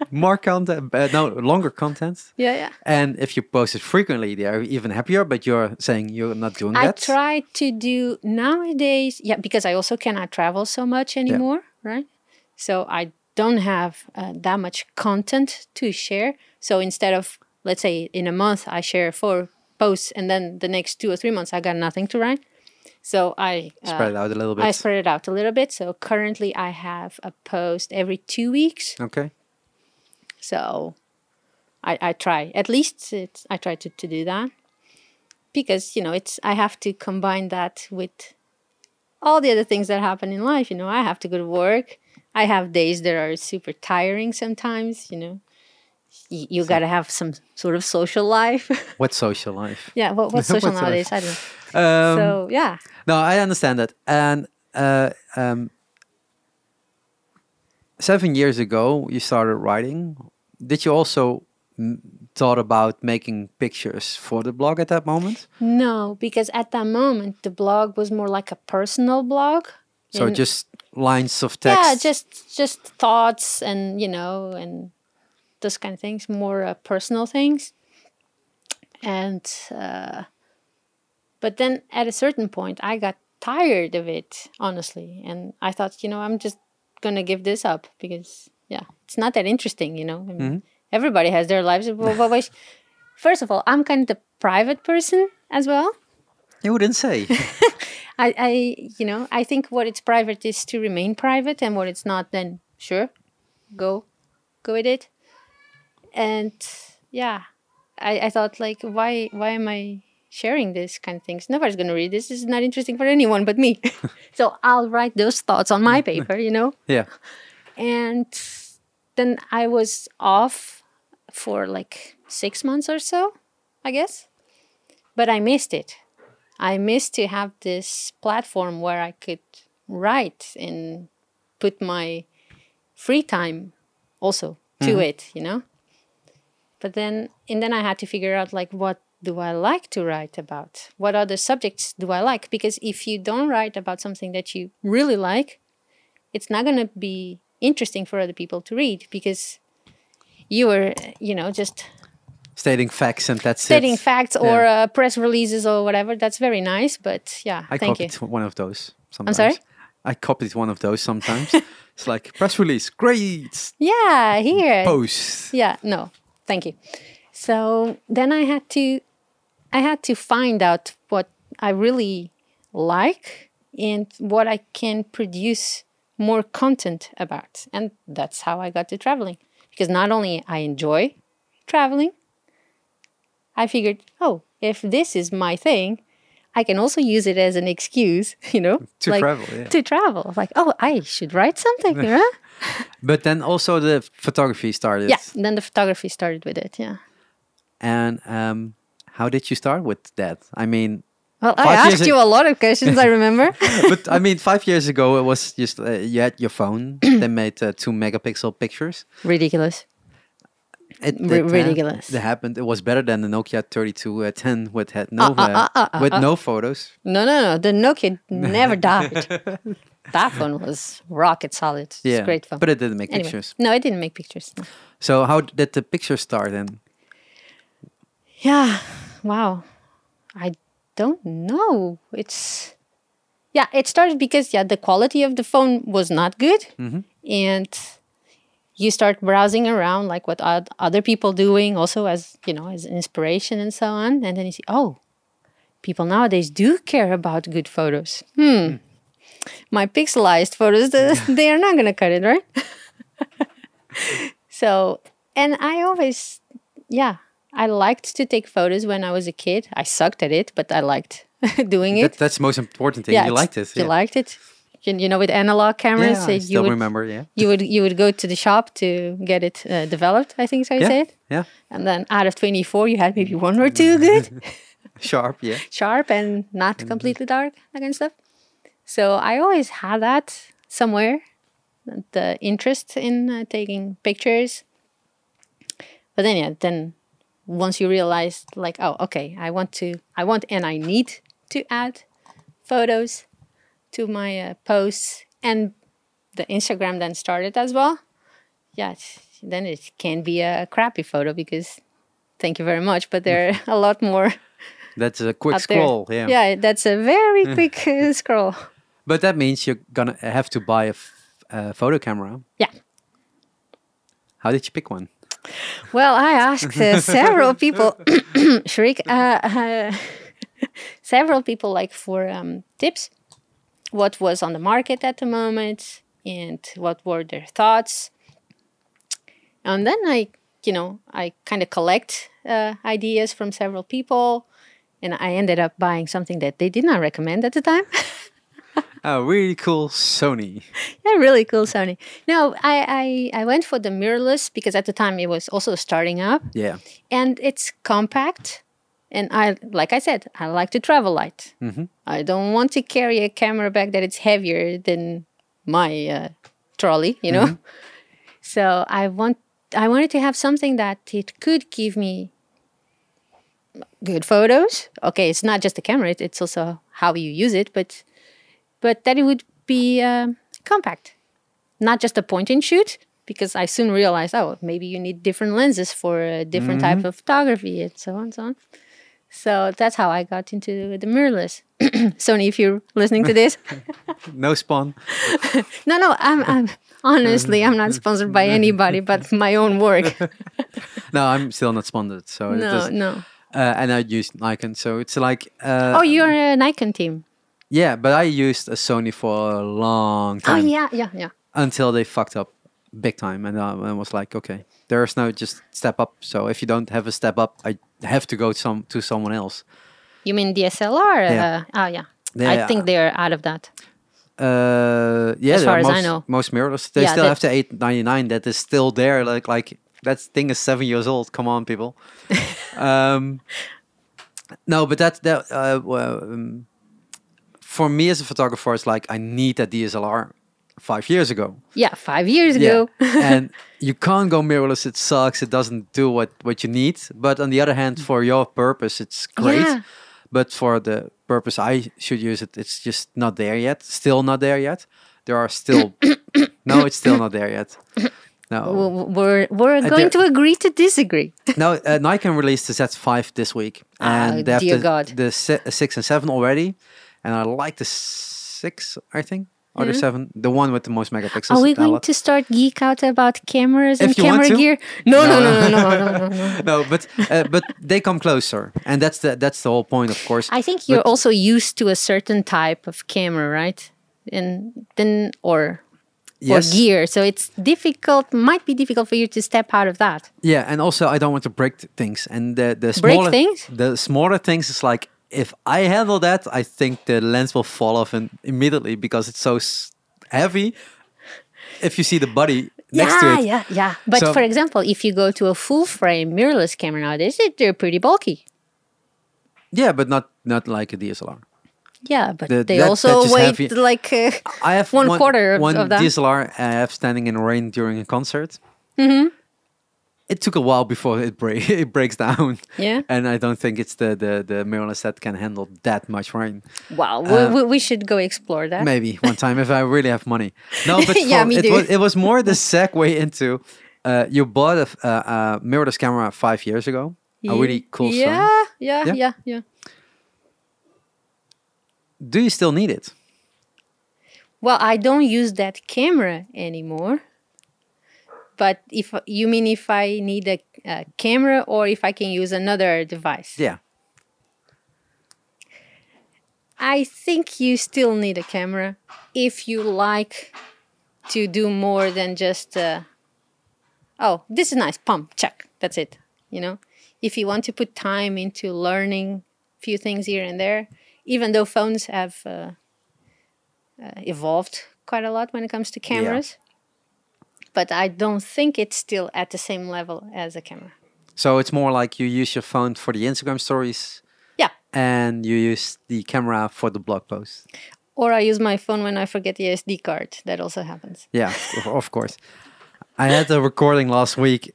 More content, uh, no, longer content. Yeah, yeah. And if you post it frequently, they are even happier, but you're saying you're not doing I that. try to do nowadays, yeah, because I also cannot travel so much anymore, right? So I don't have uh, that much content to share. So instead of, let's say, in a month, I share four posts and then the next two or three months, I got nothing to write. So I uh, Spread it out a little bit. I spread it out a little bit. So currently, I have a post every two weeks. okay. So I, I try, at least it's, I try to, to do that. because you know it's I have to combine that with all the other things that happen in life. You know, I have to go to work. I have days that are super tiring sometimes. You know, Y- you got to have some sort of social life. What social life? yeah, what, what's social What's nowadays? I don't. know. Um, so yeah, No, I understand that. And uh, um, seven years ago, you started writing. Did you also mm, thought about making pictures for the blog at that moment? no, because at that moment the blog was more like a personal blog. So and- just lines of text. Yeah, just just thoughts and you know and those kind of things, more uh, personal things. And uh, but then at a certain point, I got tired of it, honestly, and I thought, you know, I'm just gonna give this up because yeah, it's not that interesting, you know. I mean, Everybody has their lives. Well, well, well, First of all, I'm kind of the private person as well. you wouldn't say. I, I, you know, I think what it's private is to remain private, and what it's not, then sure, go, go with it. And yeah, I, I thought like, why, why am I sharing this kind of things? Nobody's gonna read this. This is not interesting for anyone but me. so I'll write those thoughts on my paper, you know. yeah. And then I was off for like six months or so, I guess. But I missed it. I missed to have this platform where I could write and put my free time also to it, you know? But then, and then I had to figure out like, what do I like to write about? What other subjects do I like? Because if you don't write about something that you really like, it's not going to be interesting for other people to read because you are, you know, just Stating facts and that's stating it. facts or uh, press releases or whatever. That's very nice, but yeah, I thank you. copied one of those sometimes. sorry? I copied one of those sometimes. it's like press release, great Yeah, Oh, here. post. Yeah, no, thank you. So then I had to, I had to find out what I really like and what I can produce more content about, and that's how I got to traveling. Because not only I enjoy traveling, I figured, oh, if this is my thing, I can also use it as an excuse, you know, To travel, yeah. To travel, like, oh, I should write something, huh? But then also the photography started. Yeah, then the photography started with it. Yeah. And um, how did you start with that? I mean, Well, I Five years asked in- you a lot of questions. I remember. but I mean, five years ago, it was just uh, you had your phone. they made uh, two megapixel pictures. Ridiculous. It, Ri- it, uh, ridiculous. It happened. It was better than the Nokia uh, 3210, which had uh, no uh, uh, uh, with no photos. No, no, no. The Nokia never died. that one was rocket solid. It's Yeah, a great phone. but it didn't make Anyway, pictures. No, I didn't make pictures. no. So how did the pictures start? Then Yeah. Wow. I don't know. It's yeah. It started because yeah, the quality of the phone was not good, and you start browsing around like what oth- other people doing, also as you know, as inspiration and so on. And then you see, oh, people nowadays do care about good photos. Hmm. My pixelized photos, the- they are not gonna cut it, right? so, and I always yeah i liked to take photos when i was a kid i sucked at it but i liked doing that, it that's the most important thing. yeah you it's- liked it. you yeah. liked it you, you know with analog cameras Yeah, uh, I you still would remember. Yeah. you would you would go to the shop to get it uh, developed i think is how you say Yeah. it Yeah. and then out of 24 you had maybe one or two good Sharp. Yeah. sharp and not completely dark, that kind of stuff. So I always had that somewhere, the interest in uh, taking pictures. But then, yeah, then once you realize, like, oh, okay, I want to, I want and I need to add photos to my uh, posts, and the Instagram then started as well. Yeah, it's- then it can be a crappy photo because, thank you very much, but there are a lot more That's a quick up there. scroll. Yeah. Mm. yeah, that's a very quick uh, scroll. But that means you're gonna have to buy a f- uh, photo camera. Yeah. How did you pick one? Well, I asked uh, several people, Shriek, uh, uh, several people like for um, tips, what was on the market at the moment, and what were their thoughts. And then I, you know, I kind of collect uh, ideas from several people, and I ended up buying something that they did not recommend at the time. A Oh, really cool Sony. yeah, really cool Sony. No, I, I I went for the mirrorless because at the time it was also starting up, Yeah. and it's compact. And I, like I said, I like to travel light. I don't want to carry a camera bag that it's heavier than my uh, trolley, you know. So I want, I wanted to have something that it could give me good photos. Okay, it's not just the camera; it, it's also how you use it. But, but that it would be um compact, not just a point and shoot. Because I soon realized, oh, maybe you need different lenses for a different Mm-hmm. type of photography, and so on, so on. So that's how I got into the mirrorless. Sony, if you're listening to this, No spawn. no, no, I'm, I'm honestly, I'm not sponsored by anybody but my own work. No, I'm still not sponsored. So it No, doesn't- no. Uh, and I used Nikon, so it's like uh, Oh, you're a Nikon team. yeah. But I used a Sony for a long Oh, time yeah, yeah, yeah. until they fucked up big time, and uh, I, I was like, okay, there is no just step up. So if you don't have a step up, I have to go some to someone else. You mean DSLR? Yeah. Uh, oh, yeah. Yeah. I think they're out of that. Uh, yeah, As there far are as I most, know. most mirrorless they Yeah, still that- have the eight ninety nine that is still there. Like like that thing is seven years old. Come on, people. um, no, but that that uh, well, um, for me as a photographer, it's like I need that DSLR five years ago. Yeah, five years ago. and you can't go mirrorless. It sucks. It doesn't do what what you need. But on the other hand, for your purpose, it's great. Yeah. But for the purpose I should use it, it's just not there yet. Still not there yet. There are still no. It's still not there yet. W- No, w- We're, we're Uh, going to there- agree to disagree. no. Uh, Nikon released the Z5 this week, and Ah, they have dear the, God. the si- uh, six and seven already. And I like the six, I think, or the seven, the one with the most megapixels. Hmm? Are we I going like- to start geek out about cameras and If you want camera to. gear? No, no, no, no, no, no, no, no. no, but uh, but they come closer, and that's the that's the whole point, of course. I think you're But- also used to a certain type of camera, right? And then or Yes. or gear. So it's difficult, might be difficult for you to step out of that. Yeah, and also I don't want to break th- things, and the the Break smaller things? the smaller things is like if I handle that, I think the lens will fall off and immediately because it's so s- heavy. If you see the body next yeah, to it, yeah, yeah. But So- for example, if you go to a full frame mirrorless camera nowadays, it, they're pretty bulky. yeah, but not not like a DSLR. Yeah, but The- they that- that also just weight heavy- like uh, I have One quarter of- one of that. DSLR uh, I have standing in rain during a concert. Mm-hmm. It took a while before it break it breaks down. Yeah. and I don't think it's the the the mirrorless that can handle that much rain. wow. we- we, we should go explore that. Uh, Maybe one time if I really have money. No, but Yeah, for- me it too. was it was more the segue into. Uh, you bought a, f- a- a mirrorless camera five years ago. A really cool Sony. yeah, yeah, Yeah? yeah, yeah, yeah. Do you still need it? Well, I don't use that camera anymore. But if you mean if I need a, a camera or if I can use another device, Yeah. I think you still need a camera if you like to do more than just, uh, oh, this is nice, pump, check, that's it. You know, if you want to put time into learning few things here and there, even though phones have uh, uh, evolved quite a lot when it comes to cameras, but I don't think it's still at the same level as a camera. So it's more like you use your phone for the Instagram stories Yeah. and you use the camera for the blog post. Or I use my phone when I forget the SD card. That also happens. Yeah, of, of course. I had a recording last week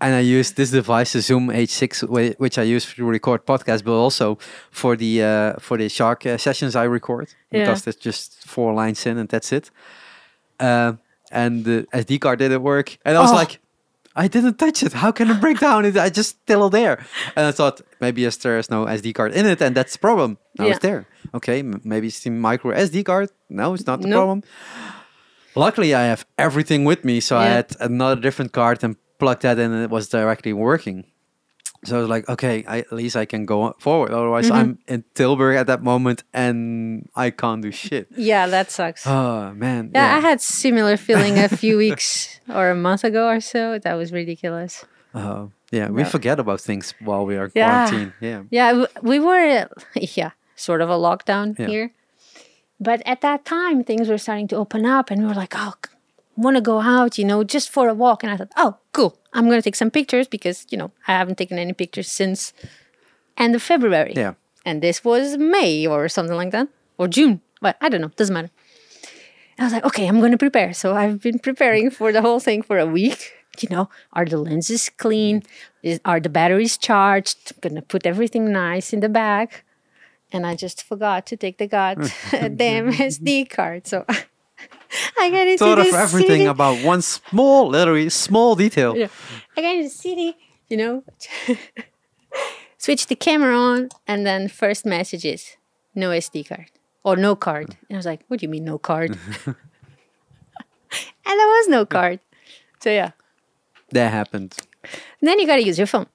and I used this device, the Zoom H6, whi- which I use to record podcasts, but also for the uh, for the shark uh, sessions I record Yeah. because there's just four lines in and that's it. Uh, and the SD card didn't work. And I was Oh. like, I didn't touch it. How can it break down? It, I just still there. And I thought maybe yes, there is no SD card in it, and that's the problem. Now Yeah. it's there. Okay, m- maybe it's the micro SD card. No, it's not the No. problem. Luckily, I have everything with me, so I Yeah. had another different card and plugged that in, and it was directly working. So I was like, okay, I, at least I can go forward. Otherwise, Mm-hmm. I'm in Tilburg at that moment, and I can't do shit. Yeah, that sucks. Oh man, Yeah, I had similar feeling a few weeks or a month ago or so. That was ridiculous. Uh, yeah, we No. forget about things while we are Yeah. quarantined. Yeah. Yeah, w- we were, yeah, sort of a lockdown Yeah. here. But at that time, things were starting to open up, and we were like, oh, want to go out, you know, just for a walk. And I thought, oh, cool. I'm going to take some pictures because, you know, I haven't taken any pictures since end of February. Yeah. And this was May or something like that, or June. But I don't know, doesn't matter. I was like, okay, I'm going to prepare. So I've been preparing for the whole thing for a week. You know, are the lenses clean? Is, are the batteries charged? going to put everything nice in the bag. And I just forgot to take the goddamn SD card. So I got into Thought of this everything city. about one small, literally small detail. Yeah. I got into the city, you know, switch the camera on, and then first message is no SD card or no card. And I was like, what do you mean no card? and there was no card. So yeah. That happened. And then you got to use your phone.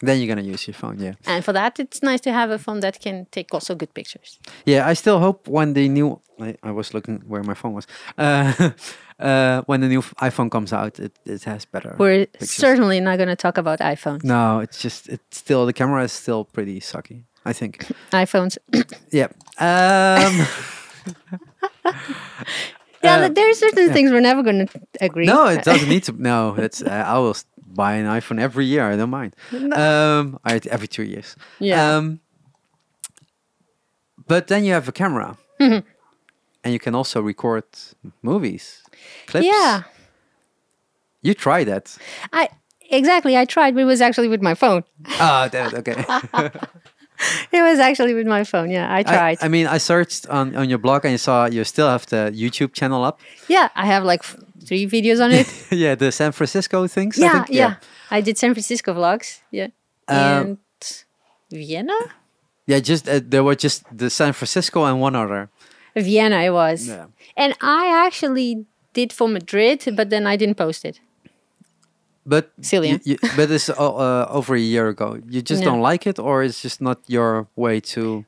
Then you're gonna use your phone. Yeah. And for that, it's nice to have a phone that can take also good pictures. Yeah, I still hope when the new I, I was looking where my phone was. Uh, uh, when the new f- iPhone comes out, it, it has better. We're pictures. certainly not going to talk about iPhones. No, it's just it's still the camera is still pretty sucky. I think. iPhones. Uh, yeah. Um, yeah, Uh, but there are certain things we're never going to agree. no, it doesn't need to. No, it's uh, I will s- buy an iPhone every year. I don't mind. Um, I, every two years. Yeah. Um, but then you have a camera, Mm-hmm. and you can also record movies, clips. Yeah. You try that. I exactly. I tried, but it was actually with my phone. Ah, that, okay. It was actually with my phone. Yeah, I I, tried. I mean, I searched on, on your blog and you saw you still have the YouTube channel up. yeah, I have like f- three videos on it. yeah, the San Francisco things. I yeah, think. yeah, I did San Francisco vlogs. Yeah. Um, and Vienna? yeah. Just uh, there were just the San Francisco and one other. Vienna, it was. Yeah. And I actually did for Madrid, but then I didn't post it. But Silly, you- huh? you- but it's uh, uh, over a year ago. You just Yeah. don't like it, or it's just not your way to.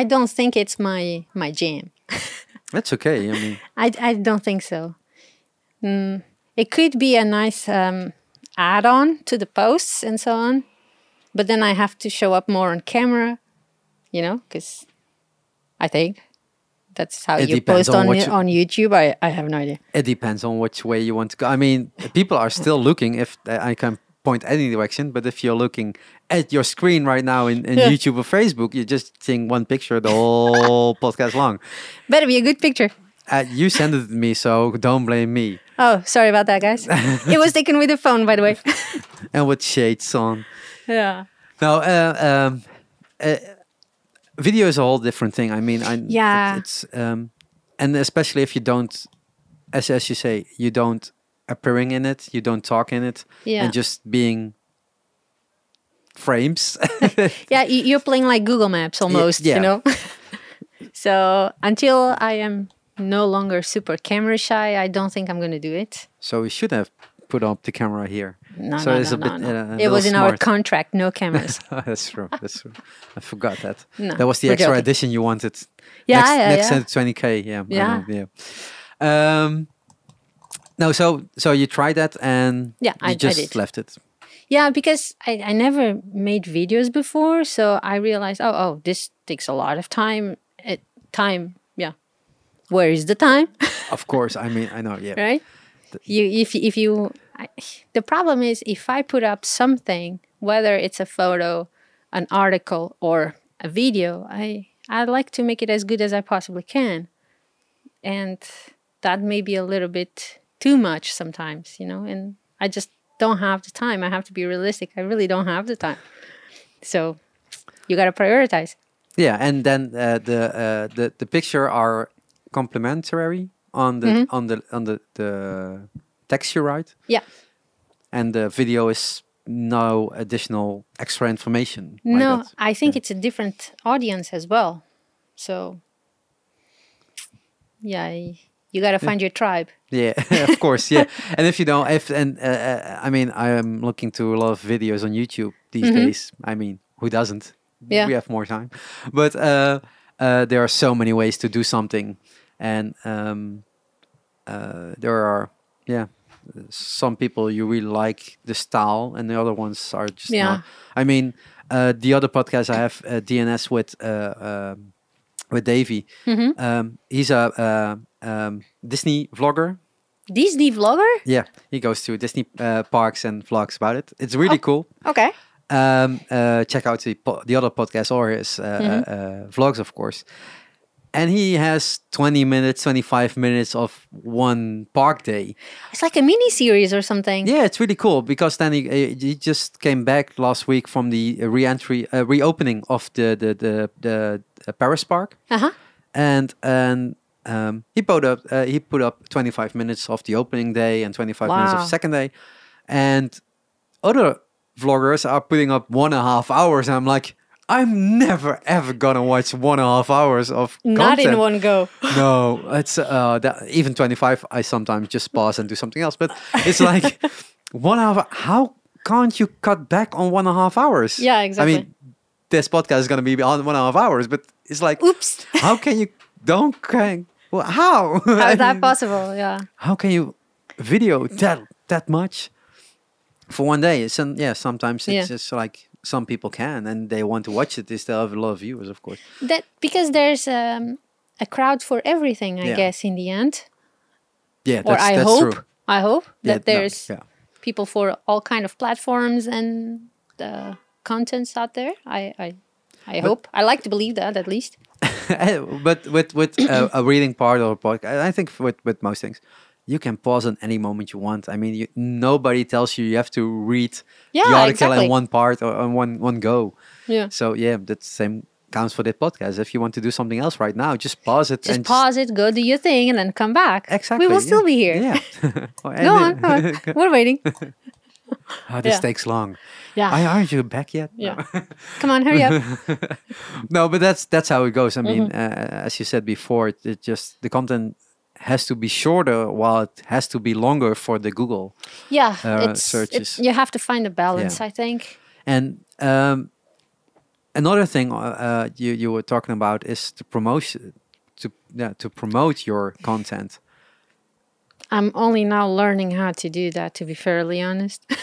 I don't think it's my my jam. That's okay. I mean, I, I don't think so. Mm, it could be a nice um, add on to the posts and so on, but then I have to show up more on camera, you know, because I think that's how It you depends post on on what it- you- on YouTube. I, I have no idea. it depends on which way you want to go. I mean, people are still looking. If I can point any direction, but if you're looking at your screen right now in, in Yeah. YouTube or Facebook, you're just seeing one picture the whole podcast long. Better be a good picture. Uh, you sent it to me, so don't blame me. Oh, sorry about that, guys. it was taken with a phone, by the way. And with shades on. yeah. No, uh, um, uh, video is a whole different thing. I mean, I, it- Yeah. it's um, and especially if you don't, as as you say, you don't appearing in it, you don't talk in it, Yeah. and just being frames. Yeah, y- you're playing like Google Maps almost, yeah. you know? so until I am no longer super camera shy, I don't think I'm going to do it. so we should have put up the camera here. No, so no, it's no, a no, bit. no. Uh, a it little was in our smart. contract, no cameras. that's true. That's true. I forgot that. No, that was the we're extra joking. edition you wanted. Yeah, next, yeah, next yeah. to 20k. Yeah, I Yeah. know, yeah. Um, no, so so you tried that and Yeah, you I- I just did. left it. yeah, because I, I never made videos before, so I realized, oh, oh, this takes a lot of time. It, time, yeah. Where is the time? Of course, I mean I know. Yeah, right? You, if if you, I, the problem is if I put up something, whether it's a photo, an article, or a video, I I like to make it as good as I possibly can, and that may be a little bit too much sometimes, you know. And I just don't have the time. I have to be realistic. I really don't have the time, so you gotta prioritize. yeah, and then uh, the uh, the the picture are complementary on the Mm-hmm. on the on the the text you write, Yeah. and the video is no additional extra information. like no, that. I think it's a different audience as well. So, yeah, y- you gotta find your tribe. Yeah, of course. Yeah, and if you don't, if and uh, uh, I mean, I am looking to a lot of videos on YouTube these days. I mean, who doesn't? Mm-hmm. Yeah. we have more time, but uh, uh, there are so many ways to do something, and um, uh, there are yeah some people you really like the style, and the other ones are just Yeah. not. I mean, uh, the other podcast I have uh, DNS with uh, um, with Davey. Mm-hmm. Um, he's a uh, um, Disney vlogger. Disney vlogger? Yeah, he goes to Disney uh, parks and vlogs about it. It's really cool. Okay. Um, uh, check out the po- the other podcast or his uh, uh, uh, vlogs, of course. And he has twenty minutes, twenty five minutes of one park day. It's like a mini series or something. Yeah, it's really cool because then he, uh, he just came back last week from the uh, re-entry uh, reopening of the the the, the uh, Paris Park, Uh-huh. and and um, he put up uh, he put up 25 minutes of the opening day and 25 minutes of Wow. the second day, and other vloggers are putting up one and a half hours. And I'm like, I'm never ever gonna watch one and a half hours of Not in content one go. no, it's uh, that, even 25. I sometimes just pause and do something else, but it's like one hour. How can't you cut back on one and a half hours? Yeah, I exactly. mean, this podcast is going to be on one and a half hours, but it's like, Oops. how can you don't can well, how How is that possible? Yeah. how can you video that that much for one day? Some yeah, sometimes it's Yeah. just like some people can and they want to watch it. They still have a lot of viewers, of course. That because there's um, a crowd for everything, I Yeah. guess, in the end. Yeah, Or that's, I that's hope true. I hope Yeah, that no, there's yeah. people for all kind of platforms and the contents out there. I I, I hope. I like to believe that at least. Eh, but with with uh, a reading part or a podcast, I think with with most things, you can pause at any moment you want. I mean, you, nobody tells you you have to read the Yeah, article exactly. in one part or on one one go. Yeah. So yeah, that same counts for this podcast. If you want to do something else right now, just pause it Just and pause it, go do your thing, and then come back. We exactly. will yeah. still be here. Yeah. Or- and Go then- on, go on. We're waiting. oh, this Yeah. takes long. Yeah. I aren't you back yet? No. Yeah. Come on, hurry up. no but that's that's how it goes i mean Mm-hmm. uh, as you said before it, it just the content has to be shorter while it has to be longer for the google Yeah. Uh, it's, it- searches. you have to find a balance, Yeah. I think. and um, another thing uh, uh, you, you were talking about is to promotion to yeah, to promote your content I'm only now learning how to do that, to be fairly honest. you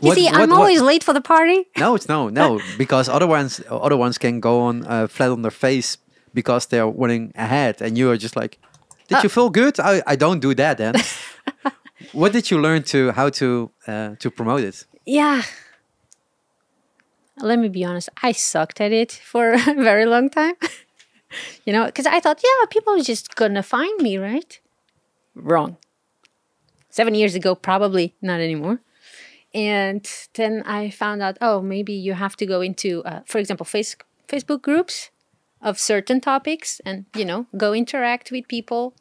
What- see, what- I'm what- always late for the party. no it's no no because other ones other ones can go on uh, flat on their face because they're running ahead and you are just like did Ah. you feel good I, I don't do that then what did you learn to how to uh, to promote it Yeah. Let me be honest, I sucked at it for a very long time. you know, because I thought, yeah, people are just gonna find me, right? Wrong. Seven years ago, probably not anymore. And then I found out, oh, maybe you have to go into, uh, for example, face- Facebook groups of certain topics and, you know, go interact with people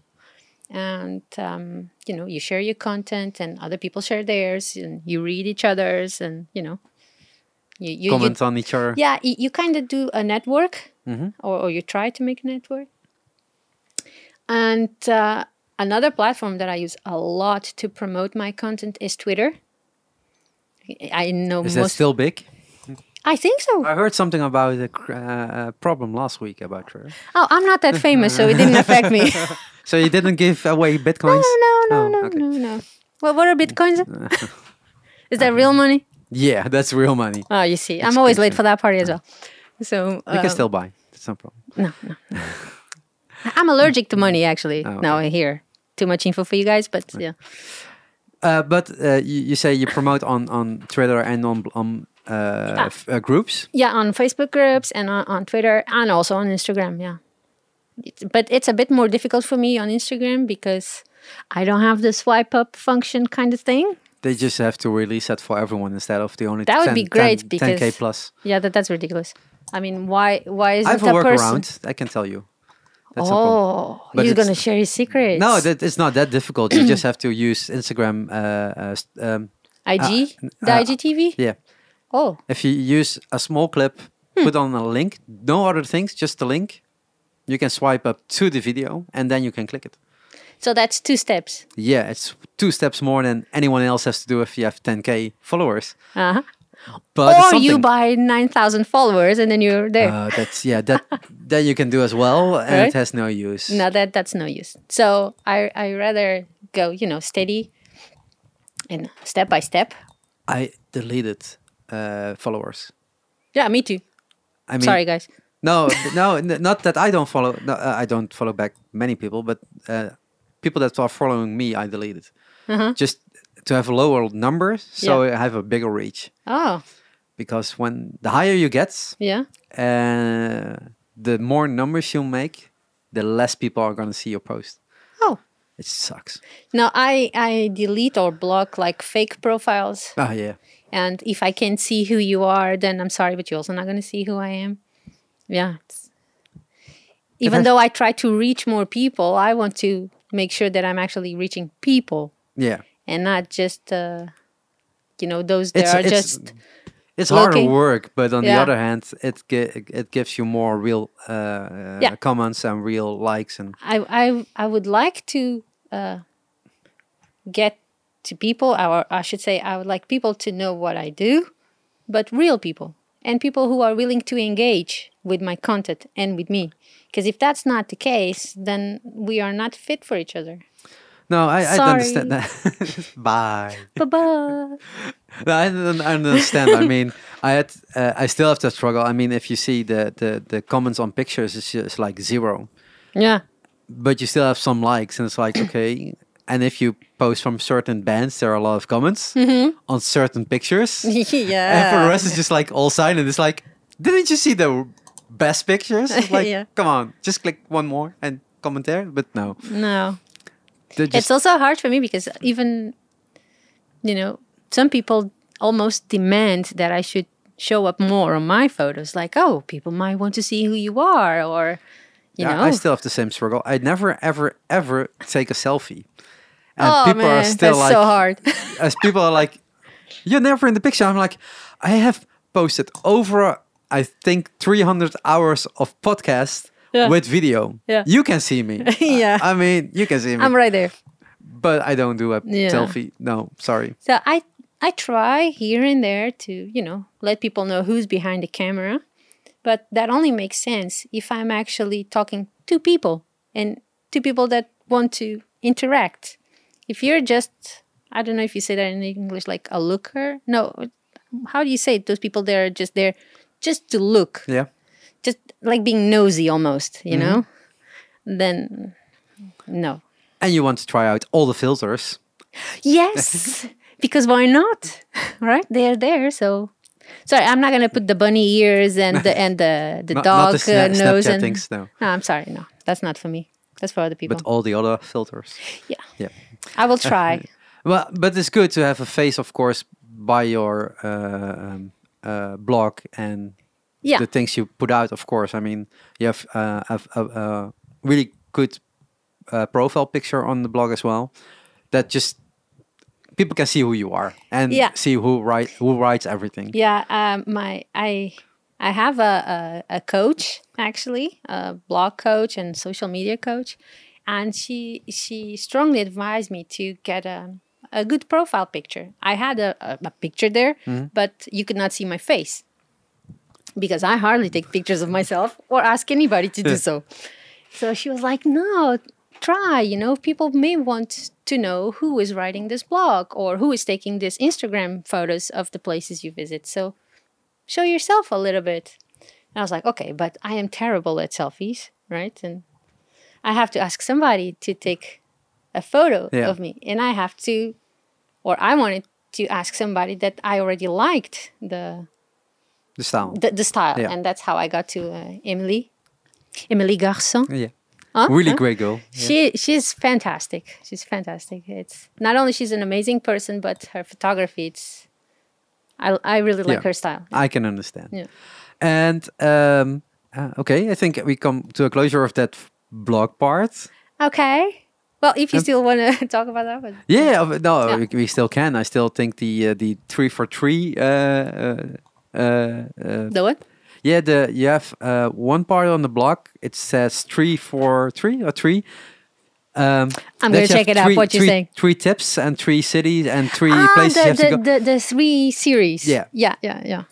and um, you know you share your content and other people share theirs and you read each other's and you know you you, you comment on each other. yeah you, you kind of do a network Mm-hmm. or, or you try to make a network and uh, another platform that i use a lot to promote my content is twitter i know Is that most still big? i think so I heard something about a cr- uh, uh, problem last week about her. oh i'm not that famous so it didn't affect me So you didn't give away bitcoins? no no Oh, no okay. no no well what are bitcoins is that real money Yeah, that's real money. Oh, you see, I'm always late expensive. for that party as well. So You uh, can still buy. That's no problem. I'm allergic to money, actually. Oh, Now here, too much info for you guys, but yeah, Uh, but uh, you, you say you promote on on Twitter and on on uh, f- uh, groups. yeah, on Facebook groups and on, on Twitter and also on Instagram. Yeah, it's, but it's a bit more difficult for me on Instagram because I don't have the swipe up function kind of thing. They just have to release that for everyone instead of the only. That would be great 10k because plus. Yeah, that that's ridiculous. I mean, why why I isn't have a that person? workaround. I can tell you. That's no Oh, problem. But you're it's- gonna share your secrets? No, that, it's not that difficult. You just have to use Instagram. Uh, uh, st- um, IG, the uh, IGTV. yeah. Oh, If you use a small clip, Hmm. put on a link, no other things, just the link, you can swipe up to the video and then you can click it. so that's two steps. Yeah, it's two steps more than anyone else has to do if you have 10k followers. Uh huh. But it's or you Oh, something. buy 9,000 followers and then you're there. Uh, that's yeah, that that you can do as well, and it Right? has no use. no, that that's no use. So I I rather go, you know, steady and step by step. I deleted uh, followers. Yeah, me too. I mean, Sorry, guys. no, no, n- not that I don't follow. No, uh, I don't follow back many people, but uh, people that are following me, I deleted just to have a lower number, so I have a bigger reach. Oh, Because when the higher you get, yeah. uh, the more numbers you make, the less people are gonna see your post. Oh. It sucks. No, I, I delete or block like fake profiles. Oh yeah. And if I can't see who you are, then I'm sorry, but you're also not going to see who I am. Yeah. it's- Even I- though I try to reach more people, I want to make sure that I'm actually reaching people Yeah. and not just, uh, you know, those that It's- are it's- just. It's harder Looking- work, but on the Yeah. other hand, it gi- it gives you more real uh, Yeah. comments and real likes and I, I, I would like to uh, get to people, or I should say, I would like people to know what I do, but real people and people who are willing to engage with my content and with me. Because if that's not the case, then we are not fit for each other. no, I, I Sorry. understand that. Bye. Bye bye. No, I don't understand. I mean, I had uh, I still have that struggle. I mean, if you see the the, the comments on pictures, it's just like zero. Yeah. but you still have some likes and it's like okay and if you post from certain bands there are a lot of comments Mm-hmm. on certain pictures and for the yeah. rest it's just like all silent it's like didn't you see the best pictures It's like Yeah. come on just click one more and comment there but no No. They're just- it's also hard for me because even, you know, some people almost demand that I should show up more on my photos. Like, oh, people might want to see who you are, or, you Yeah, know. i still have the same struggle i never ever ever take a selfie and oh, people man, are still that's like so hard. as people are like, "You're never in the picture." I'm like, I have posted over, I think, 300 hours of podcast Yeah. with video. Yeah. you can see me. Yeah. I, I mean, you can see me, I'm right there. but I don't do a Yeah. selfie. No, sorry. So I I try here and there to, you know, let people know who's behind the camera. But that only makes sense if I'm actually talking to people and to people that want to interact. If you're just I don't know if you say that in English like a looker. No, how do you say it? Those people that are just there just to look, Yeah, just like being nosy almost, you know? Then no. and you want to try out all the filters. Yes, because why not? Right? They're there, so. Sorry, I'm not gonna put the bunny ears and the and the the Not- not dog the sna- uh, nose Snapchat and. things, no. No, I'm sorry. No, that's not for me. That's for other people. But all the other filters. yeah, Yeah. I will try. Well, but it's good to have a face, of course, by your uh, um, uh, blog and Yeah. the things you put out. Of course, I mean you have uh, have a, a really good uh, profile picture on the blog as well. That just people can see who you are and Yeah. see who write who writes everything. yeah, um, my I I have a a, a coach actually, a blog coach and social media coach, and she she strongly advised me to get a a good profile picture. I had a, a, a picture there, but you could not see my face. because I hardly take pictures of myself or ask anybody to do so. So she was like, no, try, you know, people may want to know who is writing this blog or who is taking this Instagram photos of the places you visit. So show yourself a little bit. And I was like, okay, but I am terrible at selfies, right? And I have to ask somebody to take a photo Yeah. of me. And I have to, or I wanted to ask somebody that I already liked the The style. the, the style, Yeah. and that's how I got to uh, Emily, Emily Garçon. yeah, Huh? really Huh? great girl. She she's fantastic. She's fantastic. It's not only she's an amazing person, but her photography. It's I I really like Yeah. her style. I can understand. Yeah. And um, uh, okay, I think we come to a closure of that blog part. Okay. Well, if you Um, still want to talk about that, but Yeah, of- no, Yeah. We, we still can. I still think the uh, the three for three. Uh, uh, uh, uh, the what? yeah, the you have uh, one part on the block. It says three for three or three. Um, I'm that gonna you check have it out, three- what you're three- saying. Three tips and three cities and three Ah, places you have the, to the, go. the the three series. Yeah. Yeah. Yeah. Yeah.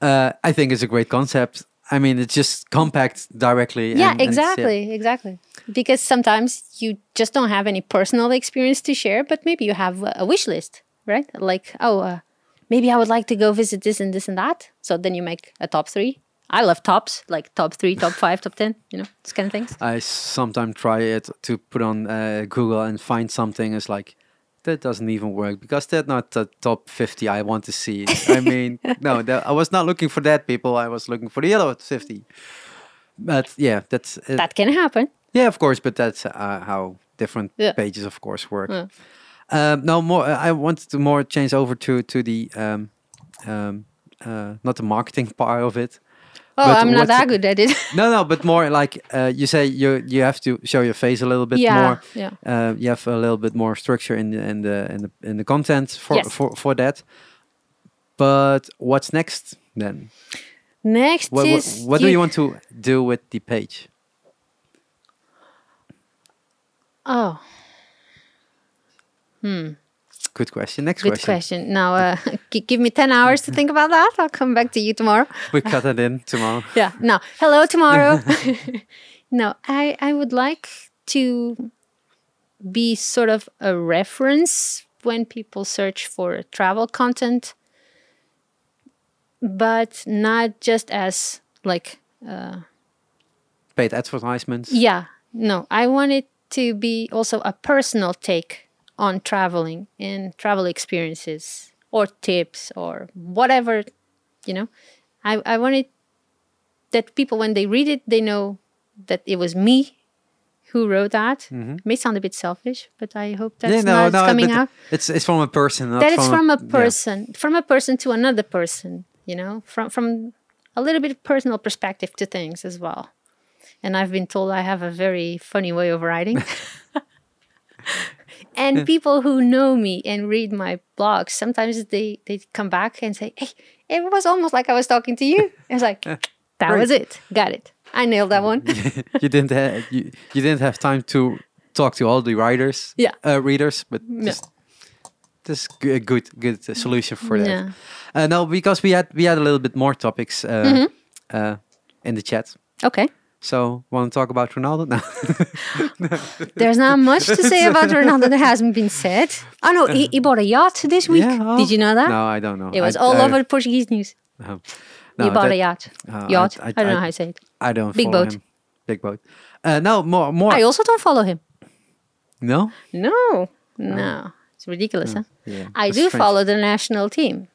Uh, I think it's a great concept. I mean, it's just compact directly. Yeah, and- and it's- exactly, exactly. Because sometimes you just don't have any personal experience to share, but maybe you have a a wish list right? Like, oh, uh, maybe I would like to go visit this and this and that. So then you make a top three. I love tops, like top three, top five, top ten, you know, these kind of things. I sometimes try it to put on uh, Google and find something. It's like that doesn't even work because they're not the top 50 I want to see. I mean, no, that, I was not looking for that people. I was looking for the other 50. But yeah, that's it. That can happen. yeah, of course. But that's uh, how different Yeah. pages, of course, work. Um, no more. I wanted to more change over to to the um, um, uh, not the marketing part of it. Oh, But I'm not what's- that good at it. No, no, but more like uh, you say you you have to show your face a little bit yeah, more. yeah. Uh, you have a little bit more structure in the in the in the, in the content for, Yes. for for that. But what's next then? Next What what, is what do you want to do with the page? Oh, Good question. Next good question. question. Now, uh, gi- give me ten hours to think about that. I'll come back to you tomorrow. We cut it in tomorrow. yeah no hello tomorrow no i i would like to be sort of a reference when people search for travel content but not just as like Paid advertisements. yeah no i want it to be also a personal take on traveling and travel experiences or tips or whatever you know i i want it that people when they read it they know that it was me who wrote that may sound a bit selfish but i hope that's not coming but out It's it's from a person. Not that it's from a yeah. person from a person to another person you know from from a little bit of personal perspective to things as well and i've been told i have a very funny way of writing and people who know me and read my blogs sometimes they they come back and say hey it was almost like i was talking to you i was like that was it got it i nailed that one you didn't have you, you didn't have time to talk to all the writers Yeah. uh, readers but just this g- a good good uh, solution for that Yeah. uh, no because we had we had a little bit more topics uh, Mm-hmm. uh, in the chat okay so want to talk about ronaldo now There's not much to say about Ronaldo that hasn't been said. Oh no, he, he bought a yacht this week. Did you know that? oh. no i don't know It was I- all I- over Portuguese news. no. You No, bought that- a yacht. uh, I- yacht. I, I- don't know I- how you say it. i don't Big follow boat. him. big boat uh, no more more I also don't follow him. no No, no, it's ridiculous. Huh? yeah I that's do strange. follow the national team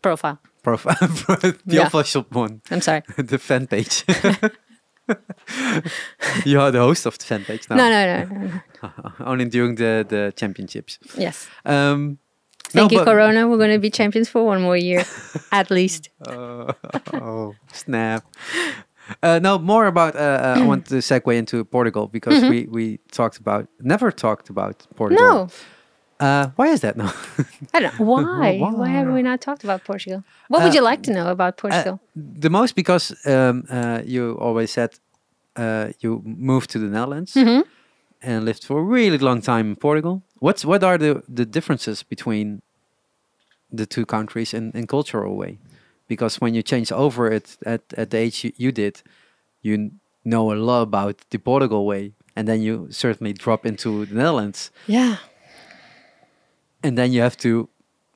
profile. profile the Yeah. official one I'm sorry. the fan page. you are the host of the fan page now. No, no, no. no, no. Only during the, the championships. Yes. Um, Thank no, you, but- Corona. We're going to be champions for one more year, at least. Oh, snap. Uh, no, more about. Uh, uh, I want to segue into Portugal because we, we talked about, never talked about Portugal. Mm-hmm. No, No. Uh, why is that now? I don't know. Why? Why, have we not talked about Portugal? What would you Uh, like to know about Portugal? the most because um, uh, you always said uh, you moved to the Netherlands and lived for a really long time in Portugal. What's what are the, the differences between the two countries in, in cultural way? Because when you change over it at, at the age you, you did, you n- know a lot about the Portugal way, and then you certainly drop into the Netherlands, yeah. and then you have to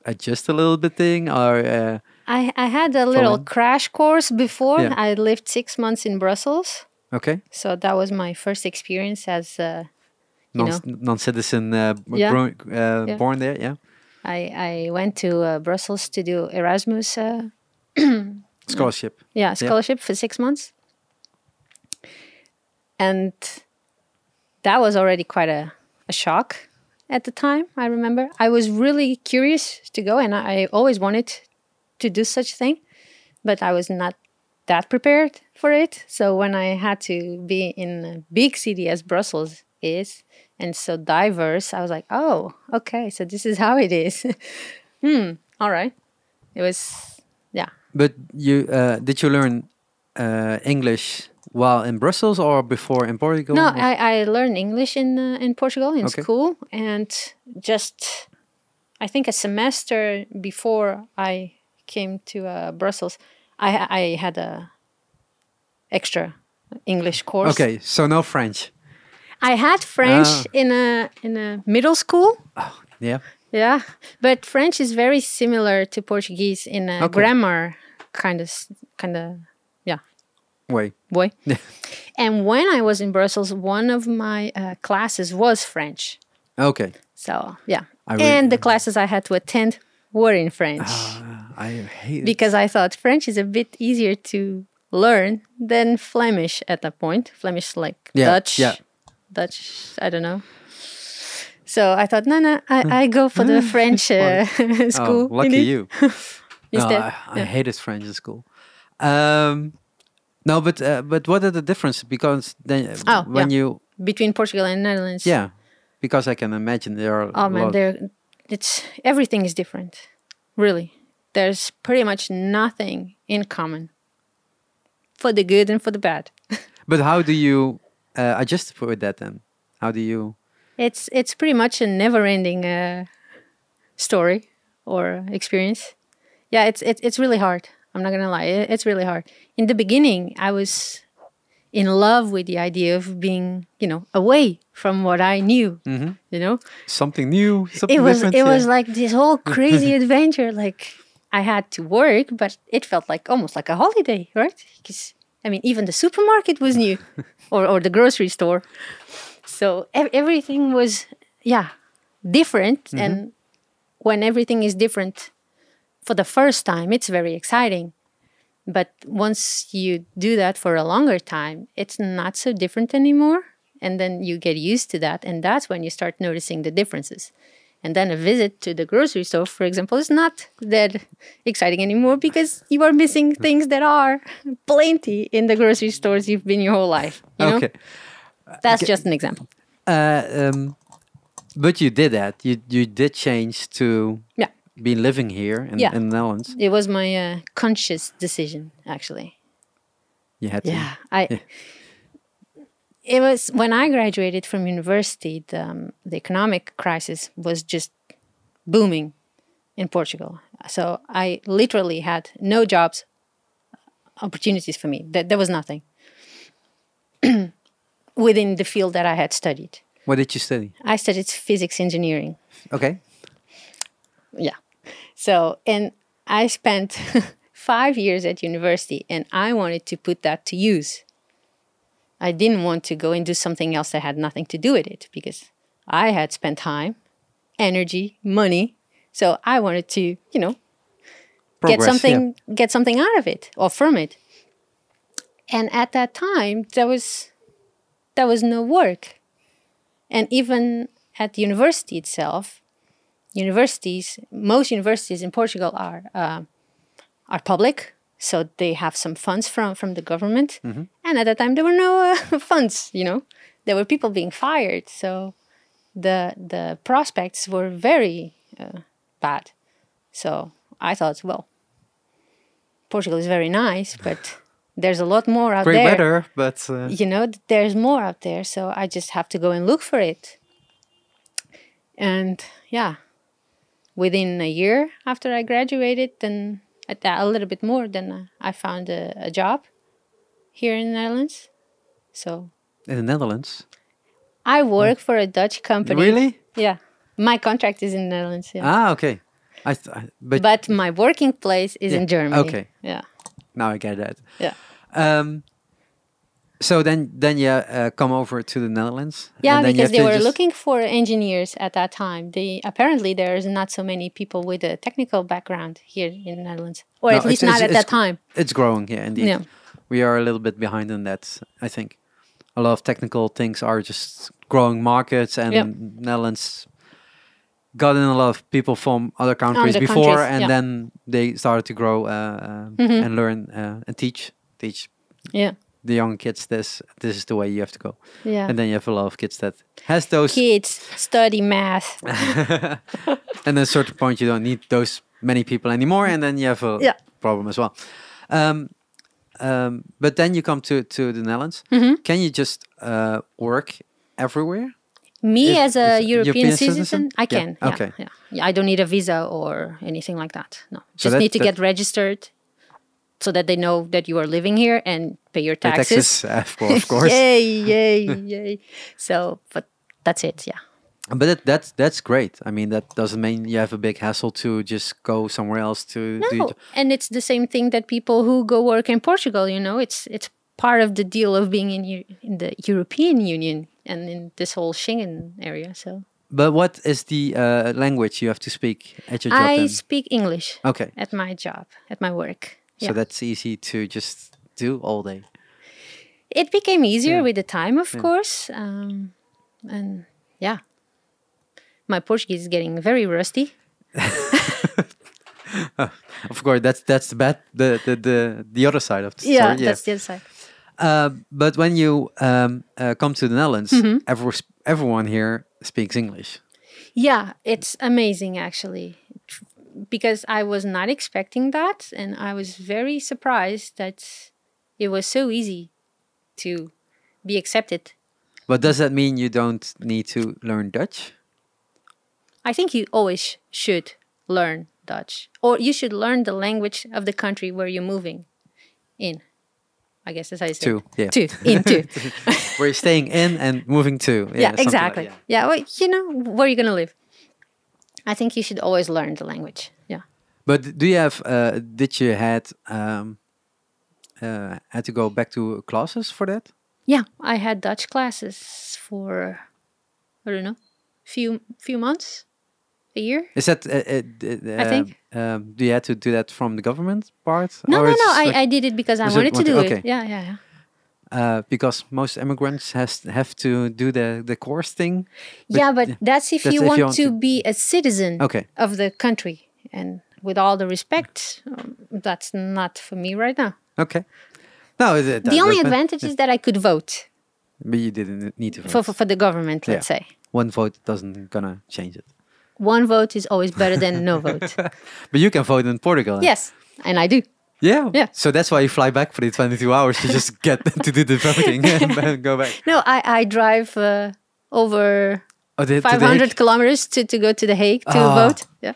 adjust a little bit thing or uh, I, I had a little Following. crash course before. Yeah. I lived six months in Brussels. okay So that was my first experience as uh, You non non citizen uh, b- Yeah. grown- uh, Yeah. born there yeah I, I went to uh, Brussels to do Erasmus, uh, scholarship. yeah, scholarship for six months. And that was already quite a, a shock at the time, I remember. I was really curious to go and I, I always wanted to do such thing, but I was not that prepared for it. So when I had to be in a big city as Brussels is and so diverse, I was like, oh, okay, so this is how it is. hmm, all right. It was, yeah. But you uh, did you learn uh, English while in Brussels or before in Portugal? No, Or- I, I learned English in uh, in Portugal in Okay. school, and just I think a semester before I came to uh, Brussels, I I had a extra English course. okay, so no French. I had French Ah. in a in a middle school, Yeah, Yeah, but French is very similar to Portuguese in a Okay. grammar kind of kind of yeah Way. boy. and when I was in Brussels, one of my uh, classes was French. Okay. So yeah, I really- and the classes I had to attend were in French Uh, I hate it. because I thought French is a bit easier to learn than Flemish at that point. Flemish like Yeah, Dutch, yeah. Dutch. I don't know. So I thought, no, no, I, I go for the French uh, school. Oh, lucky indeed. you. No, Instead. I, I hated French in school. Um, no, but uh, but what are the difference? Because then uh, Oh, when yeah. you between Portugal and Netherlands. yeah, because I can imagine there are. Oh man, lot- there it's everything is different. Really. There's pretty much nothing in common. For the good and for the bad. But how do you uh, adjust for that then? How do you? It's it's pretty much a never-ending uh, story or experience. Yeah, it's it's it's really hard. I'm not gonna lie, It- it's really hard. In the beginning, I was in love with the idea of being, you know, away from what I knew. You know, something new, something it was different. it yeah. was like this whole crazy adventure like i had to work but it felt like almost like a holiday right because i mean even the supermarket was new or, or the grocery store so ev- everything was yeah different and when everything is different for the first time it's very exciting but once you do that for a longer time it's not so different anymore and then you get used to that and that's when you start noticing the differences and then a visit to the grocery store for example is not that exciting anymore because you are missing things that are plenty in the grocery stores you've been your whole life you know okay. that's just an example Uh, um, but you did that. You you did change to yeah be living here in, Yeah. in the Netherlands. it was my uh, conscious decision actually You had Yeah, I. It was when I graduated from university. The, um, the economic crisis was just booming in Portugal, so I literally had no jobs opportunities for me. There, there was nothing within the field that I had studied. to. What did you study? I studied physics engineering. Okay. Yeah. So, and I spent five years at university and I wanted to put that to use. I didn't want to go and do something else that had nothing to do with it because I had spent time, energy, money. So I wanted to, you know, Progress, get yeah. something get something out of it or from it and at that time there was there was no work and even at the university itself universities most universities in portugal are uh, are public so they have some funds from from the government Mm-hmm. and at that time there were no uh, funds you know there were people being fired so the the prospects were very uh, bad so I thought, well, Portugal is very nice, but there's a lot more out Great there. weather, but uh, You know, th- there's more out there, so I just have to go and look for it. And yeah, within a year after I graduated, then a th- a little bit more, then uh, I found a, a job here in the Netherlands. So in the Netherlands. I work for a Dutch company. Oh. Really? Yeah. My contract is in the Netherlands. Yeah. Ah, okay. I, th- I but, but my working place is Yeah, in Germany. okay. Yeah. now I get that. Yeah. Um, so then then you uh, come over to the Netherlands. Yeah, and then you because have they to were just- looking for engineers at that time. They apparently there's not so many people with a technical background here in Netherlands, or No, at least it's- not it's- at that it's- time. It's growing, yeah, indeed. Yeah. We are a little bit behind on that, I think. A lot of technical things are just growing markets, and Yep. Netherlands got in a lot of people from other countries Other before, countries, and yeah. Mm-hmm. then they started to grow uh, uh, and learn uh, and teach teach Yeah, the young kids this this is the way you have to go. yeah. And then you have a lot of kids that has those, Kids study math. and at a certain point you don't need those many people anymore, and then you have a Yeah. problem as well. Um, um, but then you come to to the Netherlands. Mm-hmm. Can you just uh, work everywhere? Me Is- as a is it European, European citizen, citizen? I Yeah, can. Yeah, okay. Yeah. Yeah, I don't need a visa or anything like that. No, just that- need to that- get registered, so that they know that you are living here and pay your Or taxes. Texas, of course. Of course. Yay! Yay! yay! So, but that's it. Yeah. But it, that's that's great. I mean, that doesn't mean you have a big hassle to just go somewhere else to do. No, your- Oh, and it's the same thing that people who go work in Portugal. You know, it's it's part of the deal of being in Eu- in the European Union and in this whole Schengen area. So But what is the uh, language you have to speak at your job? I then? speak English okay, at my job, at my work. Yeah. so that's easy to just do all day. it became easier Yeah. with the time, of course. Um, and yeah, my Portuguese is getting very rusty. Of course, that's that's the bad the the the, the other side of the story. Yeah, that's the other side. Uh, but when you um, uh, come to the Netherlands, Mm-hmm. every, everyone here speaks English. Yeah, it's amazing actually, Tr- because I was not expecting that, and I was very surprised that it was so easy to be accepted. But does that mean you don't need to learn Dutch? I think you always sh- should learn Dutch, or you should learn the language of the country where you're moving in. I guess that's how you say To, it. yeah. To, in, to. Where you're staying in and moving to. yeah, something like- exactly. yeah. yeah. well, you know, where are you going to live? I think you should always learn the language. Yeah. But do you have? Uh, did you had um, uh, had to go back to classes for that? Yeah, I had Dutch classes for I don't know, few few months, a year. Is that? Uh, uh, d- uh, think. Um, do you had to do that from the government part? No, Or no, no. it's I, like- I did it because I Was it wanted to one do it. thing? Okay. Yeah, yeah, yeah. uh, because most immigrants has have to do the the course thing. yeah, but that's if that's you if you want want to to- be a citizen Okay. of the country, and with all the respect, um, that's not for me right now. Okay. No, it- it- the only but- advantage is that I could vote But you didn't need to vote. for for, for the government. Yeah. Let's say One vote doesn't gonna change it. one vote is always better than no vote. But you can vote in Portugal. eh? yes, and I do. Yeah. Yeah. So that's why you fly back for the 22 hours to just get to do the voting and then go back. No, I I drive uh, over Oh, the, to the Hague? 500 kilometers to, to go to the Hague to Ah. vote. Yeah.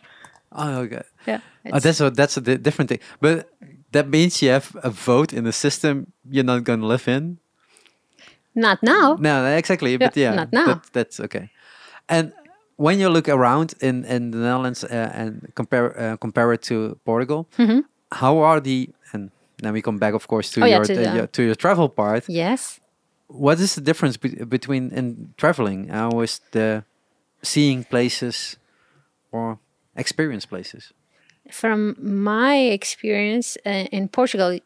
Oh, okay. Yeah. Oh, It's- that's a, that's a di- different thing. But that means you have a vote in the system you're not gonna live in. not now. No, no, exactly. But yeah, not now. That, that's okay. And when you look around in, in the Netherlands uh, and compare uh, compare it to Portugal, how are the and then we come back, of course, to Mm-hmm. Oh, yeah, your, to the- the- your to your travel part. Yes. What is the difference be- between in traveling? How is the seeing places or experience places? From my experience uh, in Portugal, y-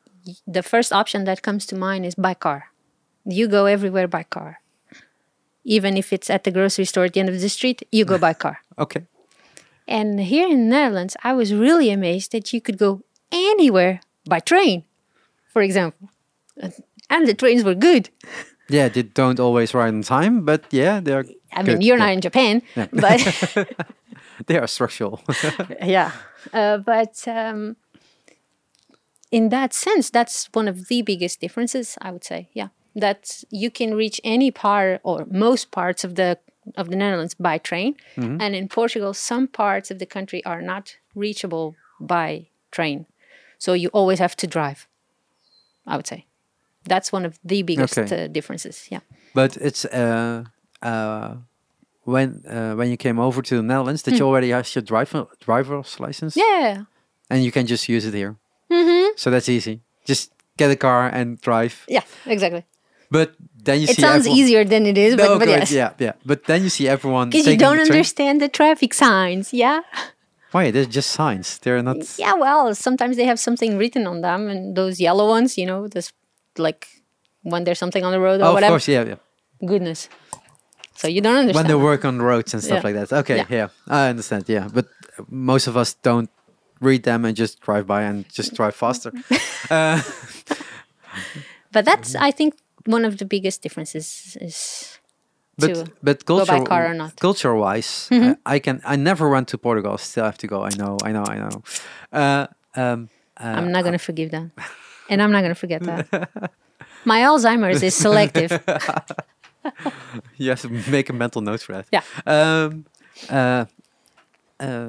the first option that comes to mind is by car. You go everywhere by car. Even if it's at the grocery store at the end of the street, you go by car. Okay, And here in the Netherlands, I was really amazed that you could go anywhere by train, for example. And- And the trains were good. yeah, they don't always ride on time, but yeah, they are. I mean, good. you're Yeah, not in Japan, but They are structural. yeah uh, but um, in that sense that's one of the biggest differences i would say yeah that you can reach any part or most parts of the of the netherlands by train Mm-hmm. and in portugal some parts of the country are not reachable by train so you always have to drive i would say that's one of the biggest Okay. uh, differences yeah But it's uh, uh, when uh, when you came over to the Netherlands, did you already have your driver driver's license? Hmm. yeah And you can just use it here. Mm-hmm. So that's easy. Just get a car and drive. yeah exactly But then you it see sounds everyone- easier than it is but, No, but good, yes Yeah, yeah. But then you see everyone. because you taking the don't train. understand the traffic signs yeah Why? They're just signs. They're not. Yeah, well, sometimes they have something written on them, and those yellow ones, you know, this like when there's something on the road or oh, of whatever. course, yeah, yeah. Goodness. So you don't When understand. they work on roads and stuff Yeah. like that. Okay, Yeah. yeah. I understand. Yeah, but most of us don't read them and just drive by and just drive faster. Mm-hmm. uh, but that's, I think, one of the biggest differences is but uh, to by but culture car or not. Mm-hmm. culture wise I, I can i never went to portugal still have to go i know i know i know uh, um, I'm not going to forgive that. And I'm not going to forget that. My Alzheimer's is selective. you have to make a mental note for that Yeah. um, uh, uh,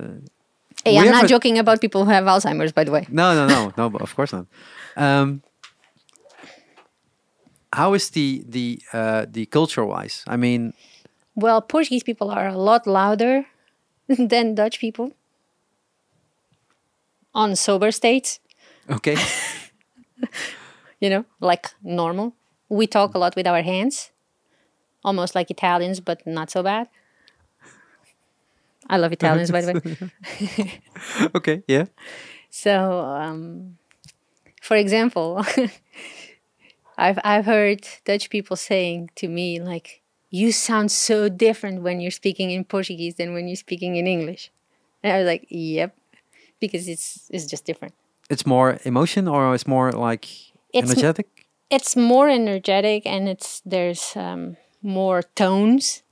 Hey, We I'm have not a- joking about people who have Alzheimer's, by the way. no no no no but of course not um, how is the the uh, the culture wise i mean Well, Portuguese people are a lot louder than Dutch people on sober states, Okay. you know, like normal. We talk a lot with our hands, almost like Italians, but not so bad. I love Italians, by the way. okay. Yeah. So, um, for example, I've I've heard Dutch people saying to me like, "You sound so different when you're speaking in Portuguese than when you're speaking in English," and I was like, "Yep," because it's it's just different. It's more emotion or it's more like It's m- energetic? It's more energetic and it's there's um, more tones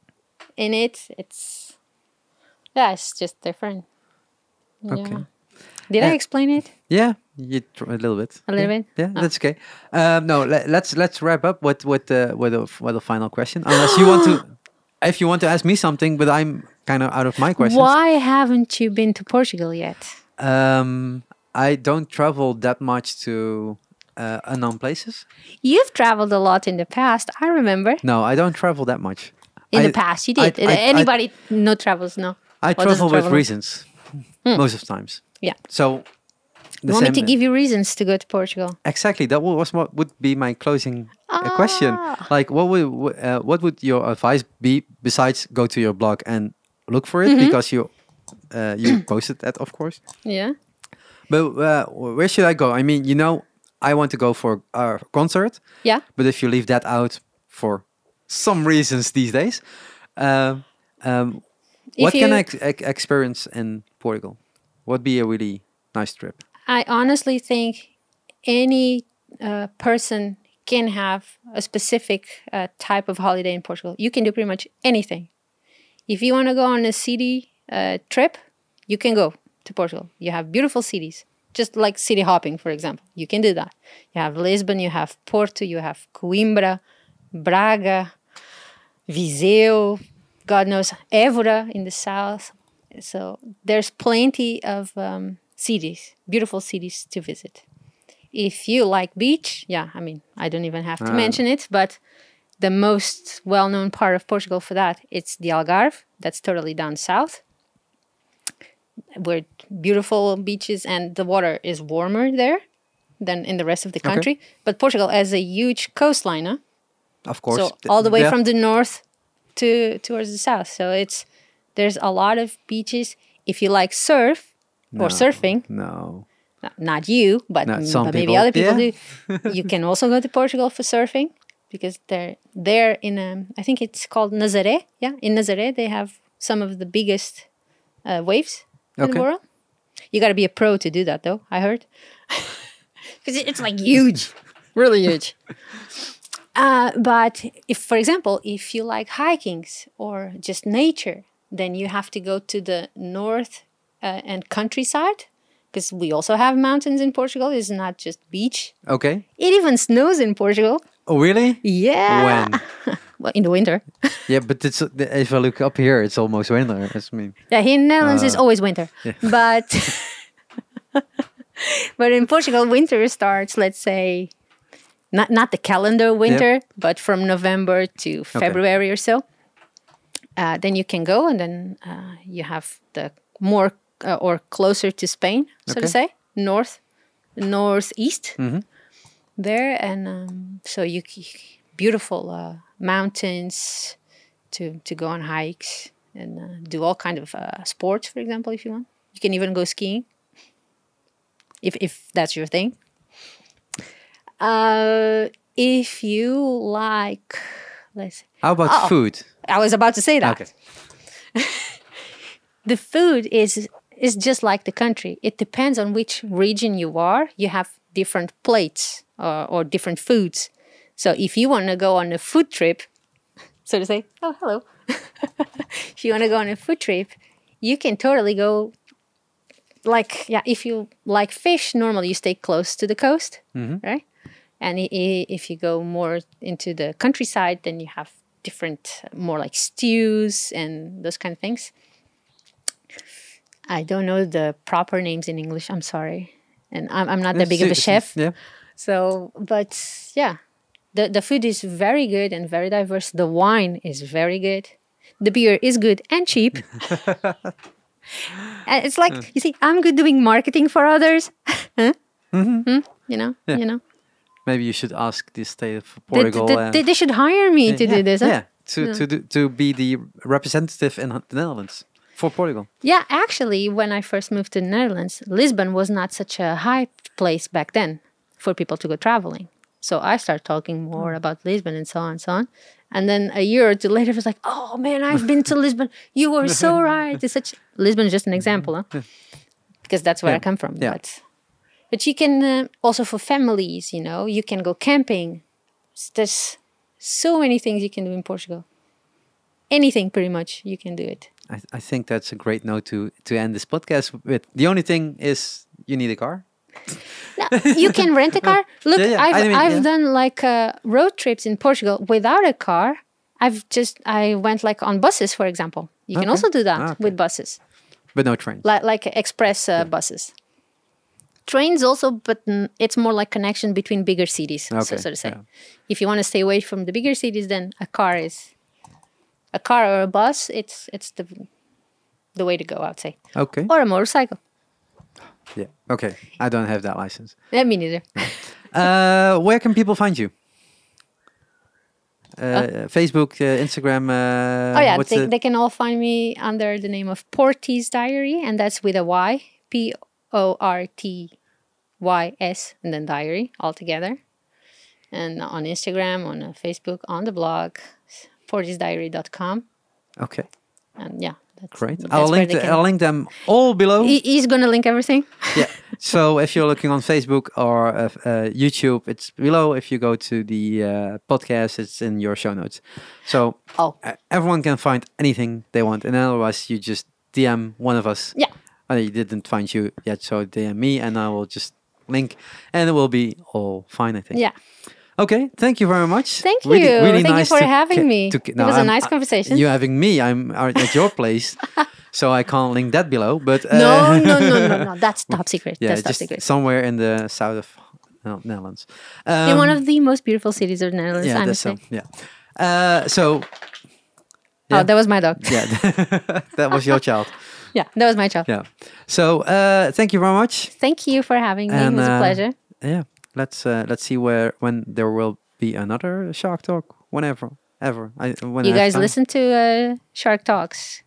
in it. It's yeah, it's just different. Okay. Yeah. Did I Uh, explain it? Yeah, you tr- a little bit. A little Yeah, bit? Yeah, Oh. that's okay. Um, no, let, let's let's wrap up with with uh, with a, with a final question. Unless you want to, if you want to ask me something, but I'm kind of out of my questions. Why haven't you been to Portugal yet? Um, I don't travel that much to uh, unknown places. You've traveled a lot in the past. I remember. No, I don't travel that much. In I- the past, you I- did. I- I- Anybody no travels? No. I, Or doesn't travel with travel. Hmm. reasons most of times. Yeah. So, the Want me to same- give you reasons to go to Portugal? Exactly. That wa- was what would be my closing uh, question. Ah. Like, what would wh- uh, what would your advice be besides go to your blog and look for it Mm-hmm. because you uh, you posted that, of course. Yeah. But uh, wh- where should I go? I mean, you know, I want to go for a concert, Yeah. but if you leave that out for some reasons these days, um, um, If what can you- I ex- ex- experience in Portugal? Would be a really nice trip. I honestly think any uh, person can have a specific uh, type of holiday in Portugal. You can do pretty much anything. If you want to go on a city uh, trip, you can go to Portugal. You have beautiful cities, just like city hopping, for example. You can do that. You have Lisbon, you have Porto, you have Coimbra, Braga, Viseu, God knows, Évora in the south. So there's plenty of um, cities, beautiful cities to visit. If you like beach, yeah, I mean, I don't even have to mention it, but the most well-known part of Portugal for that, it's the Algarve. That's totally down south, where beautiful beaches and the water is warmer there than in the rest of the country. But Portugal has a huge coastline, huh? Of course, so th- all the way yeah. from the north to towards the south so it's there's a lot of beaches if you like surf No. or surfing no. no, not you but, No, m- some but maybe people, other people yeah. do you can also go to portugal for surfing because they're there in um, i think it's called nazaré yeah in nazaré they have some of the biggest uh, waves in Okay. the world you got to be a pro to do that though i heard because it's like huge really huge uh, but if for example if you like hikings or just nature then you have to go to the north uh, and countryside because we also have mountains in portugal it's not just beach Okay. it even snows in portugal Oh, really? yeah When? well, in the winter Yeah, but it's if I look up here, it's almost winter. That's mean. Yeah, here in Netherlands it's always winter, but but in Portugal winter starts, let's say, not not the calendar winter, but from November to February or so. Uh, then you can go, and then uh, you have the more uh, or closer to Spain, so Okay. to say, north northeast there, and um, so you c- beautiful uh, mountains to to go on hikes and uh, do all kind of uh, sports for example if you want you can even go skiing if if that's your thing uh if you like let's see. How about Oh. Ah, food? i was about to say that Okay. the food is is just like the country. It depends on which region you are. You have different plates or, or different foods. So if you want to go on a food trip, so to say, oh hello, if you want to go on a food trip, you can totally go. Like yeah, if you like fish, normally you stay close to the coast, right? And i- i- if you go more into the countryside, then you have different, more like stews and those kind of things. I don't know the proper names in English. I'm sorry, and I'm, I'm not that big of a Su- chef. Yeah. So, but yeah, the the food is very good and very diverse. The wine is very good. the beer is good and cheap. and it's Hmm. like you see, I'm good doing marketing for others. huh? Hmm? You know, Mm-hmm. Yeah. you know. Maybe you should ask the state of They, they- Portugal. they- uh, they should hire me to yeah, do this. huh? Yeah, to to do, to be the representative in the Netherlands for Portugal. Yeah, actually, when I first moved to the Netherlands, Lisbon was not such a high place back then for people to go traveling. So I started talking more Hmm. about Lisbon and so on and so on. And then a year or two later, it was like, oh man, I've been to Lisbon. You were so right. It's such Lisbon is just an example, huh? because that's where I Yeah. come from. Yeah. But but you can uh, also for families, you know, you can go camping. S- There's so many things you can do in Portugal. Anything, pretty much, you can do it. I, I think that's a great note to to end this podcast with. The only thing is you need a car. No, you can rent a car. Look, yeah, I've, I mean, I've yeah. done like uh, road trips in Portugal without a car. I've just I went like on buses, for example. You can Okay. also do that Ah, okay. with buses, But no train. like like express uh, buses. Trains also, but mm, it's more like connection between bigger cities, so, Okay, so to say. yeah. If you want to stay away from the bigger cities, then a car is a car or a bus. It's it's the the way to go, I'd say, Okay. or a motorcycle. Yeah. Okay. I don't have that license. Yeah, me neither. Uh, where can people find you? Uh, Facebook, uh, Instagram. Uh, Oh yeah, what's they, the- they can all find me under the name of Porty's Diary, and that's with a Y, P O R T Y S, and then Diary altogether. And on Instagram, on uh, Facebook, on the blog, portisdiary.com. okay. And yeah, that's Great. That's I'll where link. they The, can- I'll link them all below. He- he's gonna link everything. yeah. So if you're looking on Facebook or uh, f- uh, YouTube, it's below. If you go to the uh, podcast, it's in your show notes. So Oh. uh, everyone can find anything they want, and otherwise you just DM one of us. Yeah. Uh, you didn't find you yet, so DM me, and I will just link, and it will be all fine. I think. Yeah. Okay. Thank you very much. Thank you. Thank you for having ca- me. ca- It was a nice conversation. You having me? I'm at at your place, so I can't link that below. But uh, No, no, no, no, no. That's top secret. yeah, that's top just secret. somewhere in the south of uh, Netherlands. In one Um, of the most beautiful cities of the Netherlands, yeah, that's honestly. so, yeah. Uh, so yeah. Oh, that was my dog. yeah, that was your child. Yeah, that was my job. Yeah. So uh, thank you very much. Thank you for having me. And, it was a uh, pleasure. Yeah, let's uh, let's see where when there will be another Shark Talk whenever ever. I, when You I have guys time. listen to uh, Shark Talks.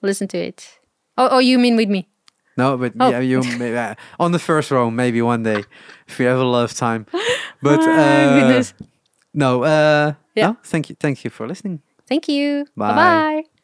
Listen to it. Oh, oh, you mean with me? No, but Oh. yeah, you may, uh, on the first row maybe one day if you ever love time. But Ah, uh, goodness. no, uh, Yeah. no. Thank you, thank you for listening. Thank you. Bye. Bye bye.